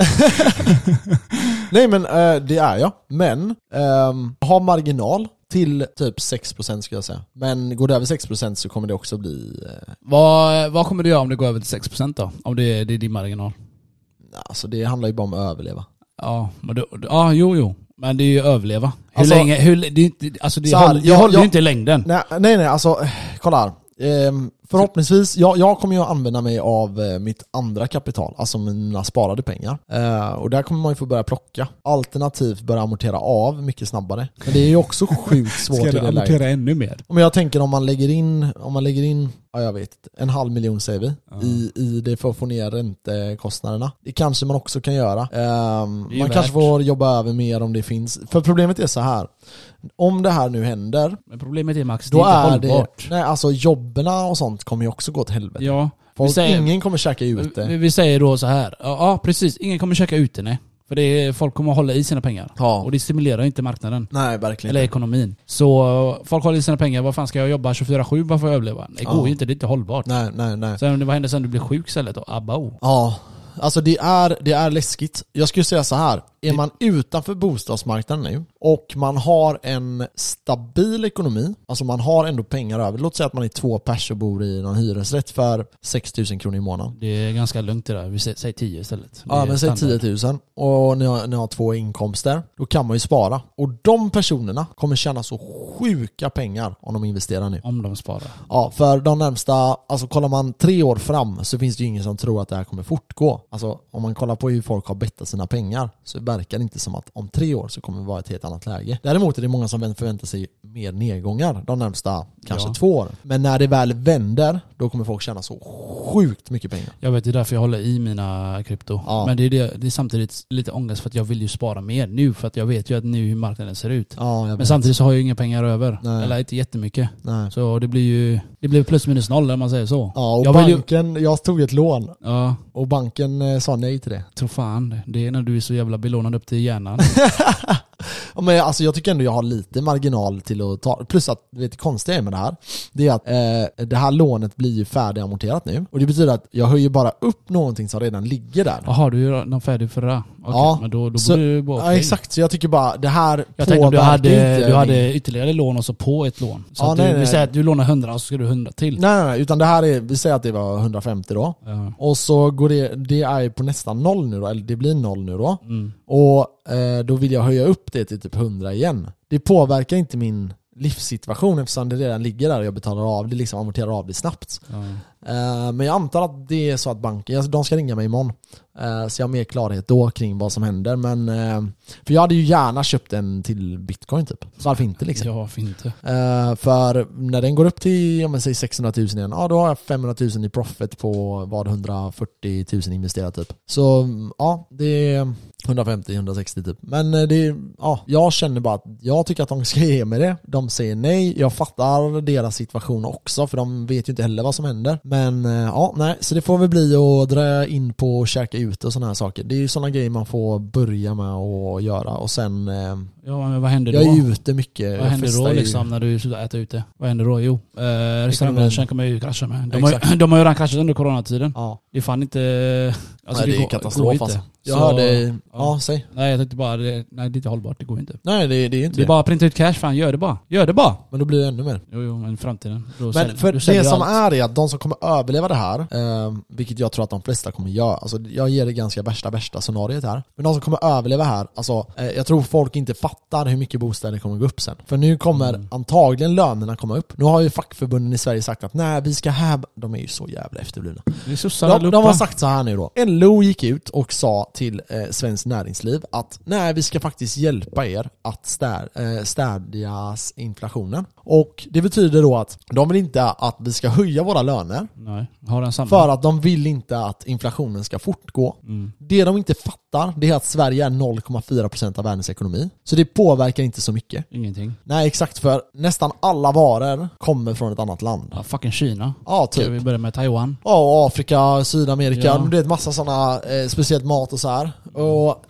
Nej men eh, det är jag. Men ehm, jag har marginal till typ 6% skulle jag säga. Men går det över 6% så kommer det också bli, eh, Vad, vad kommer du göra om det går över till 6% då? Om det, det är din marginal? alltså det handlar ju bara om att överleva. Ja, men då, ja, jo, jo. Men det är ju överleva. Hur Alltså- länge, hur, det, är inte- alltså det, Så här, håll, det jag- håller ju jag- inte i längden. Nej, nej, nej alltså eh, kolla här. Ehm, förhoppningsvis, jag, jag kommer ju att använda mig av eh, mitt andra kapital, alltså mina sparade pengar. Eh, och där kommer man ju få börja plocka. Alternativt börja amortera av mycket snabbare. Men det är ju också sjukt svårt i Ska det du läget. amortera ännu mer? Om jag tänker om man lägger in, om man lägger in, ja jag vet, en halv miljon säger vi, i, i det för att få ner räntekostnaderna. Det kanske man också kan göra. Ehm, Det är ju man värt. kanske får jobba över mer om det finns. För problemet är så här. om det här nu händer, Men problemet är Max, det då är är inte det, hållbart. nej alltså jobberna och sånt kommer ju också gå åt helvete. Ja, vi Folk, säger, ingen kommer käka ut vi, det. vi säger då så här. Ja, ja precis, ingen kommer käka ute nej. För det är, folk kommer hålla i sina pengar. Ja. Och det stimulerar inte marknaden. Nej verkligen. Eller ekonomin. Så eh, folk håller i sina pengar, vad fan ska jag jobba 24-7 bara för att överleva? Det går Ja. ju inte, det är inte hållbart. Nej, nej, nej. Sen om det vad händer sen du blir sjuk istället då? oh. Abao. Ja. Alltså det är, det är läskigt. Jag skulle säga så här. är man utanför bostadsmarknaden nu och man har en stabil ekonomi, alltså man har ändå pengar över. Låt säga att man är två pers och bor i någon hyresrätt för 6 000 kronor i månaden. Det är ganska lugnt det där. Vi sä- säger 10 istället. Det Ja är men säg standard. 10 000 och ni har, ni har två inkomster, då kan man ju spara. Och de personerna kommer tjäna så sjuka pengar om de investerar nu. Om de sparar. Ja, för de närmsta, alltså kollar man tre år fram så finns det ju ingen som tror att det här kommer fortgå. Alltså om man kollar på hur folk har bettat sina pengar så verkar det inte som att om tre år så kommer det vara ett helt annat läge. Däremot är det många som förväntar sig mer nedgångar de närmsta kanske Ja. två åren. Men när det väl vänder, då kommer folk tjäna så sjukt mycket pengar. Jag vet, det är därför jag håller i mina krypto. Ja. Men det är, det, det är samtidigt lite ångest för att jag vill ju spara mer nu. För att jag vet ju att nu hur marknaden ser ut. Ja, jag Men vet. samtidigt så har jag ju inga pengar över. Nej. Eller inte jättemycket. Nej. Så det blir ju det blir plus minus noll om man säger så. Ja, och jag vill ju, banken, jag tog ett lån ja, och banken eh, sa nej till det. tror fan. Det är när du är så jävla belånad upp till hjärnan. Ja, men alltså jag tycker ändå jag har lite marginal till att ta, plus att du vet, det konstiga är med det här, det är att eh, det här lånet blir ju färdigamorterat nu. Och det betyder att jag höjer bara upp någonting som redan ligger där. Jaha, du är redan färdig för det. där. Okej, Ja. men då, då Så- borde du bara Ja okej. exakt, så jag tycker bara det här Jag tänkte om du påverkar hade, inte du min- hade ytterligare lån och så på ett lån. Så Ja, att nej, du, vi nej. säger att du lånar 100 och så ska du 100 till. Nej, nej, nej, utan det här är, vi säger att det var 150 då. Ja. Och så går det, det är på nästan noll nu då, eller det blir noll nu då. Och eh, då vill jag höja upp det till typ 100 igen. Det påverkar inte min livssituation eftersom det redan ligger där och jag betalar av det, liksom amorterar av det snabbt. Ja. Eh, Men jag antar att det är så att banken, alltså, de ska ringa mig imorgon. Eh, Så jag har mer klarhet då kring vad som händer. Men, eh, för jag hade ju gärna köpt en till bitcoin typ. Så varför inte liksom? Ja, varför inte? Eh, För när den går upp till, ja, men säg 600 000 igen, ja då har jag 500 000 i profit på vad 140 000 investerat typ. Så mm, ja, det är 150-160 typ. Men eh, det, är- ja, jag känner bara att jag tycker att de ska ge mig det. De säger nej, jag fattar deras situation också för de vet ju inte heller vad som händer. Men eh, ja, nej, så det får väl bli att dra in på och käka ut och sådana här saker. Det är ju sådana grejer man får börja med att göra och sen eh, Ja, men vad händer jag då? är ju ute mycket. vad Jag händer festar då ju. liksom när du slutar äta ute? Vad händer då? Jo, eh, restaurangbranschen kommer ju krascha med. De har, ju- Exakt. de har ju redan kraschat under coronatiden. Ja. Det är fan inte... Alltså nej, det, går- är katastrof går inte. alltså. Jag Så- hörde, ja. ja säg. Nej jag tänkte bara, det, nej det är inte hållbart, det går inte. Nej det, det är inte Det det. är bara att printa ut cash, fan gör det bara. Gör det bara! Men då blir det ännu mer. Jo, jo men i framtiden. Då Men sälj- för då säljer det du som är allt. är att de som kommer överleva det här, eh, vilket jag tror att de flesta kommer göra, alltså jag ger det ganska värsta värsta scenariot här. Men de som kommer överleva här, alltså eh, jag tror folk inte fattar hur mycket bostäder kommer gå upp sen. För nu kommer antagligen lönerna komma upp. Nu har ju fackförbunden i Sverige sagt att nej vi ska här, de är ju så jävla efterblivna. Det är sossarna De, allihopa. de har sagt så här nu då. LO gick ut och sa till eh, Svenskt Näringsliv att nej, vi ska faktiskt hjälpa er att stär, eh, städja inflationen. Och det betyder då att de vill inte att vi ska höja våra löner Nej, har den samma. för att de vill inte att inflationen ska fortgå. Det de inte fattar det är att Sverige är 0,4% av världens ekonomi. Så det påverkar inte så mycket. Ingenting. Nej, exakt för nästan alla varor kommer från ett annat land. Ja, fucking Kina. Ja, Ska typ. vi börja med Taiwan? Ja, och Afrika, Sydamerika, Ja. du vet massa sådana, eh, speciellt mat och så här. Och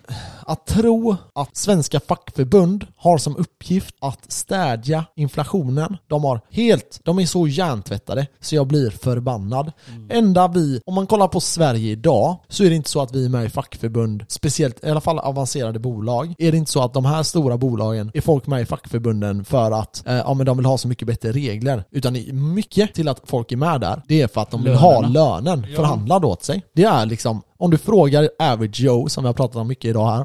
att tro att svenska fackförbund har som uppgift att städja inflationen. De har helt, de är så hjärntvättade så jag blir förbannad. Enda vi, om man kollar på Sverige idag, så är det inte så att vi är med i fackförbund, speciellt i alla fall avancerade bolag. Är det inte så att de här stora bolagen är folk med i fackförbunden för att eh, ja, men de vill ha så mycket bättre regler. Utan det är mycket till att folk är med där, det är för att de vill ha Lönerna. lönen förhandlad åt sig. Det är liksom, om du frågar Average Joe, som vi har pratat om mycket idag här,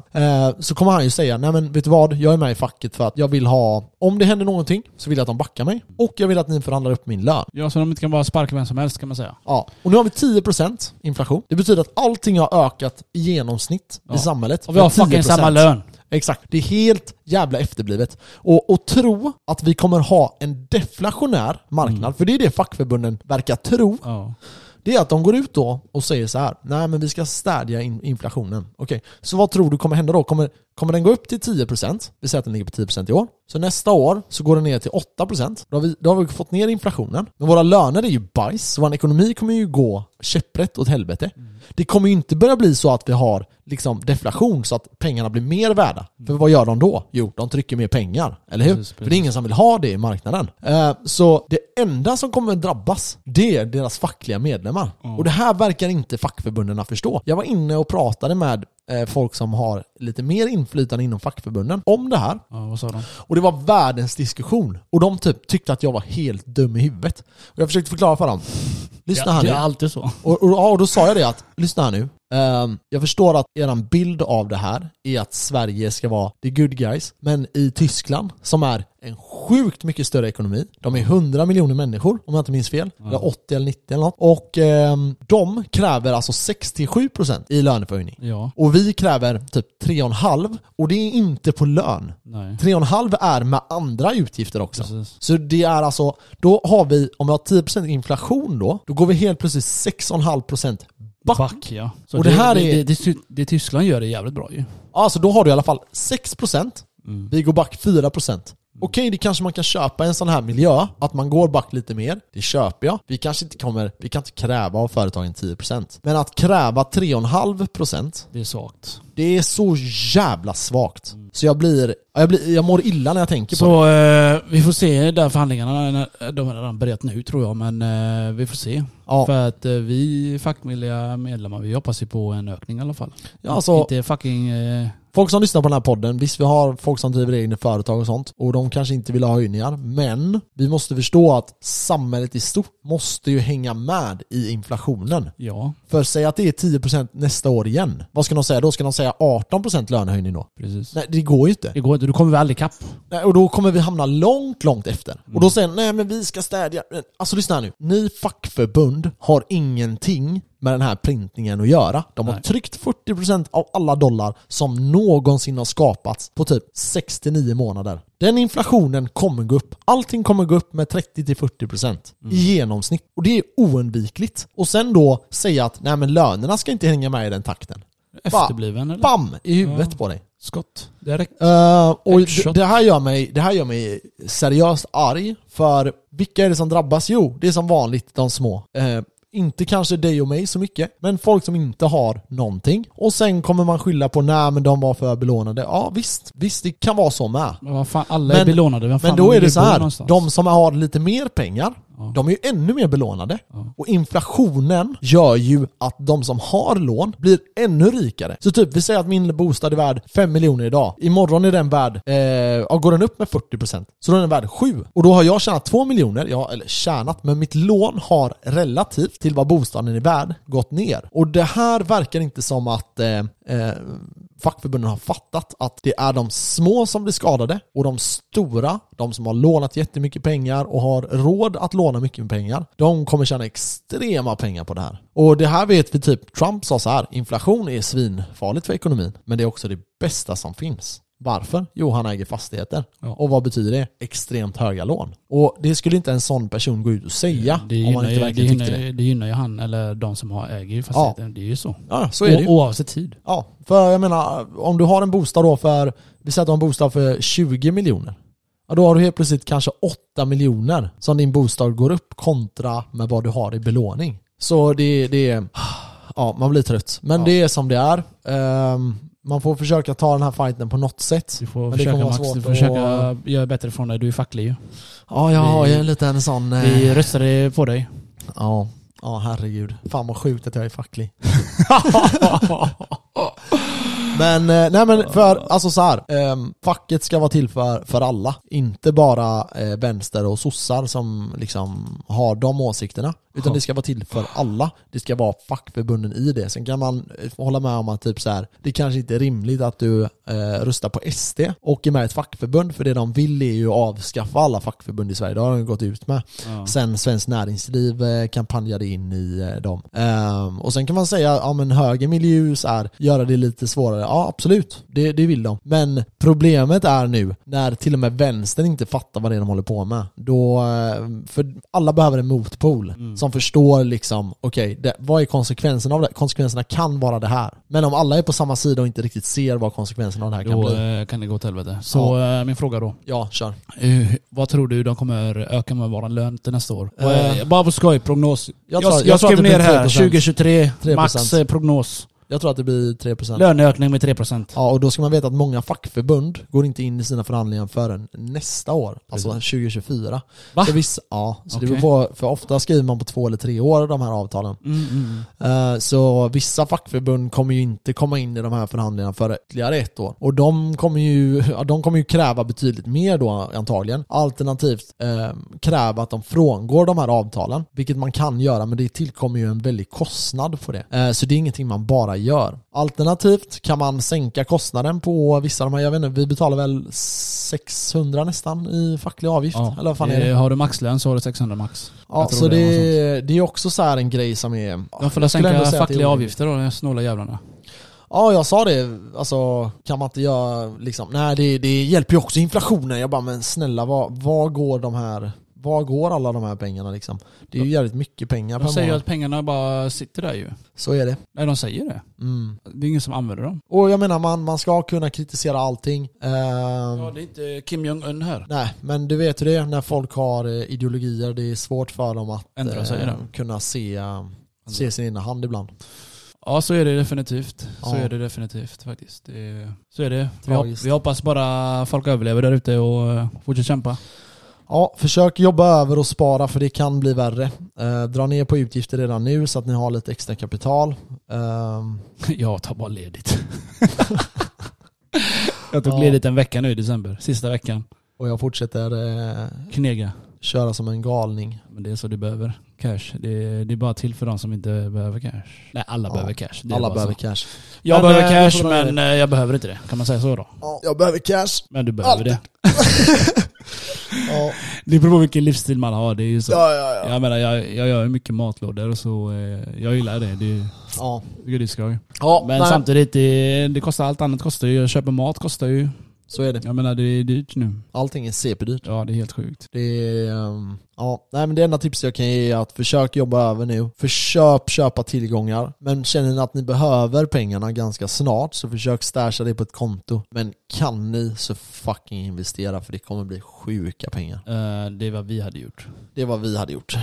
eh, så kommer han ju säga nej men vet du vad, jag är med i facket för att jag vill ha, om det händer någonting så vill jag att de backar mig. Och jag vill att ni förhandlar upp min lön. Ja, så de inte kan bara sparka vem som helst kan man säga. Ja. Och nu har vi 10% inflation. Det betyder att allting har ökat i genomsnitt Ja. i samhället. Och vi har med 10%. fucking samma lön. Exakt. Det är helt jävla efterblivet. Och, och tro att vi kommer ha en deflationär marknad, Mm. för det är det fackförbunden verkar tro. Ja. Det är att de går ut då och säger så här. Nej men vi ska städja in inflationen. Okej, så vad tror du kommer hända då? Kommer, kommer den gå upp till 10%? Vi säger att den ligger på 10% i år. Så nästa år så går den ner till 8%. Då har vi, då har vi fått ner inflationen. Men våra löner är ju bajs, så vår ekonomi kommer ju gå käpprätt åt helvete. Det kommer ju inte börja bli så att vi har liksom deflation så att pengarna blir mer värda. För vad gör de då? Jo, de trycker mer pengar. Eller hur? Precis, För det är ingen som vill ha det i marknaden. Eh, så det enda som kommer drabbas, det är deras fackliga medlemmar. Och det här verkar inte fackförbunden förstå. Jag var inne och pratade med eh, folk som har lite mer inflytande inom fackförbunden om det här. ja, vad sa de? Och det var världens diskussion. Och de typ tyckte att jag var helt dum i huvudet. Och jag försökte förklara för dem. Lyssna här det nu. är alltid så. Och, och, ja, och då sa jag det att, lyssna här nu. Ehm, jag förstår att er bild av det här är att Sverige ska vara the good guys, men i Tyskland, som är en sjukt mycket större ekonomi, de är 100 miljoner människor om jag inte minns fel, eller 80 eller 90 eller något, och ehm, de kräver alltså 67% i löneförhöjning. Ja. Och vi kräver typ 3,5 och det är inte på lön. Nej. 3,5 är med andra utgifter också. Precis. Så det är alltså, då har vi, om vi har 10% inflation då, då går vi helt plötsligt 6,5% back. Back ja. Så Och det här är- Det, det, det, det Tyskland gör är jävligt bra ju. Alltså då har du i alla fall 6%, Mm. vi går back 4%. Okej, det kanske man kan köpa i en sån här miljö, att man går back lite mer. Det köper jag. Vi kanske inte kommer, vi kan inte kräva av företagen 10%. Men att kräva 3,5% Det är svagt. det är så jävla svagt. Så jag blir, jag blir, jag mår illa när jag tänker på det. Mm. Så eh, vi får se där förhandlingarna, när- de har redan börjat nu tror jag, men eh, vi får se. Ja. För att eh, vi fackliga medlemmar, vi hoppas ju på en ökning i alla fall. Ja, alltså- Inte fucking... Eh, Folk som lyssnar på den här podden, visst vi har folk som driver egna företag och sånt och de kanske inte vill ha höjningar, men vi måste förstå att samhället i stort måste ju hänga med i inflationen. ja, För säg att det är 10% nästa år igen. Vad ska de säga då? Ska de säga 18% lönehöjning då? precis. Nej, det går ju inte. Det går inte, du kommer väl aldrig ikapp. Nej, och då kommer vi hamna långt, långt efter. Och Mm. då säger de, nej men vi ska städja. Men, Alltså lyssna här nu. Ni fackförbund har ingenting med den här printningen att göra. De har Nej. tryckt 40% av alla dollar som någonsin har skapats på typ 69 månader. Den inflationen kommer gå upp. Allting kommer gå upp med 30-40% Mm. i genomsnitt. Och det är oundvikligt. Och sen då säga att nej men lönerna ska inte hänga med i den takten. Bara Efterbliven eller? Bam! I huvudet på dig. Skott. Direkt. Eh, och d- Headshot. det här, gör mig, det här gör mig seriöst arg, för vilka är det som drabbas? Jo, det är som vanligt de små. Eh, inte kanske dig och mig så mycket, men folk som inte har någonting. Och sen kommer man skylla på nej men de var för belånade. Ja visst, visst det kan vara så med. Men vad fan, alla är Men- belånade. Vem fan Men då är vill det bo så här, någonstans? de som har lite mer pengar, de är ju ännu mer belånade. Och inflationen gör ju att de som har lån blir ännu rikare. Så typ, vi säger att min bostad är värd 5 miljoner idag. Imorgon är den värd, eh, ja, går den upp med 40%. Så då är den värd 7. Och då har jag tjänat 2 miljoner, ja, eller tjänat, men mitt lån har relativt till vad bostaden är värd gått ner. Och det här verkar inte som att eh, eh, fackförbunden har fattat att det är de små som blir skadade och de stora, de som har lånat jättemycket pengar och har råd att låna mycket pengar, de kommer tjäna extrema pengar på det här. Och det här vet vi typ, Trump sa så här, inflation är svinfarligt för ekonomin, men det är också det bästa som finns. Varför? Jo, han äger fastigheter. Ja. Och vad betyder det? Extremt höga lån. Och det skulle inte en sån person gå ut och säga det, om gynnar, man ju- inte det, verkligen gynnar, tyckte det. ju- det gynnar ju han, eller de som har äger fastigheten. Det är ju så. Ja, så är det ju. O- Oavsett tid. Ja, för jag menar, om du har en bostad då för, vi säger att du har en bostad för 20 miljoner. Ja, då har du helt plötsligt kanske 8 miljoner som din bostad går upp kontra med vad du har i belåning. Så det, det är... ja, man blir trött. Men Ja. det är som det är. Ehm, man får försöka ta den här fighten på något sätt. Du får Men det försöka kommer vara Max, du svårt får försöka att- göra bättre från dig. Du är facklig ju. Ja, jag har Vi- ju en liten sån... eh, Vi röstade på dig. Ja. ja, herregud. Fan vad sjukt att jag är facklig. Men, eh, nej men för, alltså så här, ehm, facket ska vara till för, för alla. Inte bara eh, vänster och sossar som liksom har de åsikterna. Utan det ska vara till för alla. Det ska vara fackförbunden i det. Sen kan man eh, hålla med om att typ så här, det kanske inte är rimligt att du eh, röstar på SD och är med i ett fackförbund. För det de vill är ju att avskaffa alla fackförbund i Sverige. Det har de gått ut med. Sen Svenskt Näringsliv eh, kampanjade in i eh, dem. Ehm, och sen kan man säga, ja men högern vill ju så här, göra det lite svårare. Ja absolut, det, det vill de. Men problemet är nu när till och med vänstern inte fattar vad det är de håller på med. Då, eh, för alla behöver en motpol Mm. som förstår liksom, okej, det- vad är konsekvenserna av det? Konsekvenserna kan vara det här. Men om alla är på samma sida och inte riktigt ser vad konsekvenserna av det här kan Då bli. eh, kan det gå åt helvete. Så eh, min fråga då. Ja, kör. Eh, vad tror du de kommer öka med vår lön till nästa år? Eh, Vad är- bara på skoj, prognos. Jag, tror- jag jag, tror att skrev det blir ner här, 3%. 2023, max 3%. eh, prognos. Jag tror att det blir 3%. Löneökning med 3%. Ja, och då ska man veta att många fackförbund går inte in i sina förhandlingar förrän nästa år, alltså 2024. Va? Så vissa, ja, så det Okej. beror på, för ofta skriver man på två eller tre år de här avtalen. Mm, mm. Eh, Så vissa fackförbund kommer ju inte komma in i de här förhandlingarna för ytterligare ett år. Och de kommer ju, ja, de kommer ju kräva betydligt mer då antagligen. Alternativt eh, kräva att de frångår de här avtalen. Vilket man kan göra men det tillkommer ju en väldig kostnad på det. Eh, så det är ingenting man bara gör. Alternativt kan man sänka kostnaden på vissa av de här, jag vet inte, vi betalar väl 600 nästan i facklig avgift? Ja. Eller vad fan är det? Eh, Har du maxlön så har du 600 max. Ja, jag tror så det det, är är- det är också så här en grej som är... De får jag skulle ändå säga sänka att det är fackliga orimligt. avgifter då, de snåla jävlarna. Ja, jag sa det. Alltså, kan man inte göra liksom... Nej, det, det hjälper ju också inflationen. Jag bara, men snälla, vad, vad går de här... Vad går alla de här pengarna liksom? Det är ju jävligt mycket pengar De per säger ju månad. att pengarna bara sitter där ju. Så är det. Nej, de säger det. Mm. Det är ingen som använder dem. Och jag menar, man, man ska kunna kritisera allting. Ehm, Ja, det är inte Kim Jong-Un här. Nej, men du vet hur det är när folk har eh, ideologier. Det är svårt för dem att eh, Ändra sig, ja. Alltså- kunna se, se sin egna hand ibland. Ja, så är det definitivt. Så Ja. är det definitivt faktiskt. Det är, så är det. Vi, hop, Tragiskt. vi hoppas bara folk överlever där ute och eh, fortsätter kämpa. Ja, försök jobba över och spara för det kan bli värre. Eh, dra ner på utgifter redan nu så att ni har lite extra kapital. Ehm, Jag tar bara ledigt. jag tog Ja. ledigt en vecka nu i december. Sista veckan. och jag fortsätter eh, Knega. köra som en galning. Men det är så du behöver. Cash. Det, det är bara till för de som inte behöver cash. Nej, alla Ja. behöver cash. Det är Alla bara behöver så. cash. Jag Men, eh, vi behöver cash får dra men eh, jag behöver inte det. Kan man säga så då? Ja, jag behöver cash. Men du behöver Alltid. det. Ja, Det beror på vilken livsstil man har. Det är ju så. ja, ja. ja. Jag menar, jag, jag gör ju mycket matlådor och så. Eh, jag gillar det. det är- ja. tycker det är skoj. ja Men nej, samtidigt, det, det kostar allt annat kostar ju. Jag köper mat kostar ju. så är det. Jag menar det är dyrt nu. Allting är CP-dyrt. Ja det är helt sjukt. Det är, ehm, ja, nej men det enda tipset jag kan ge är att försök jobba över nu. Försök köpa tillgångar. Men känner ni att ni behöver pengarna ganska snart så försök stasha det på ett konto. Men kan ni så fucking investera för det kommer bli sjuka pengar. Eh, det är vad vi hade gjort. Det är vad vi hade gjort.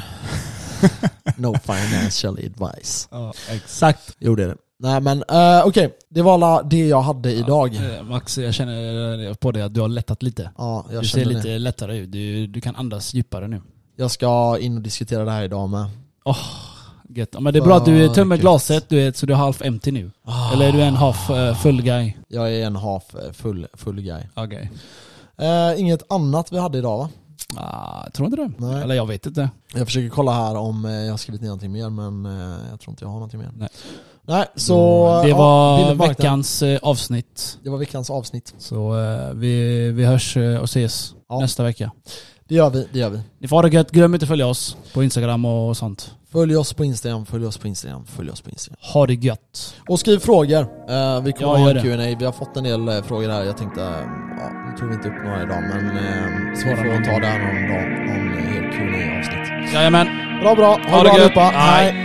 No financial advice. Ja exakt. Jo det är det. Nej men eh, okej, det var alla det jag hade idag. Eh, Max jag känner eh, på dig att du har lättat lite. Ja, jag du ser känner lite det. lättare ut. Du, du kan andas djupare nu. Jag ska in och diskutera det här idag med. Gött. Ja, Men det är bra att du Fan, tömmer gött. glaset du vet, så du är half empty nu. Eller är du en half eh, full guy? Jag är en half eh, full, full guy. Okej. Eh, inget annat vi hade idag va? Ah, tror inte det. Nej. Eller jag vet inte. Jag försöker kolla här om eh, jag har skrivit ner någonting mer men eh, jag tror inte jag har någonting mer. Nej. Nej, så... det ja, var bildermarknaden. veckans eh, avsnitt. Det var veckans avsnitt. Så eh, vi, vi hörs eh, och ses Ja. nästa vecka. Det gör vi, det gör vi. Ni får ha det gött. Glöm inte att följa oss på Instagram och sånt. Följ oss på Instagram, följ oss på Instagram, följ oss på Instagram. Ha det gött. Och skriv frågor. Eh, vi kommer Ja, ha gör en det. Q&A. vi har fått en del eh, frågor här. Jag tänkte, eh, ja, nu tog vi inte upp några idag men eh, så vi Svara får någon. ta det här någon dag, någon eh, hel Q&A avsnitt Jajamän. Bra bra, ha, Ha det bra det gött. allihopa. Hej. Hej.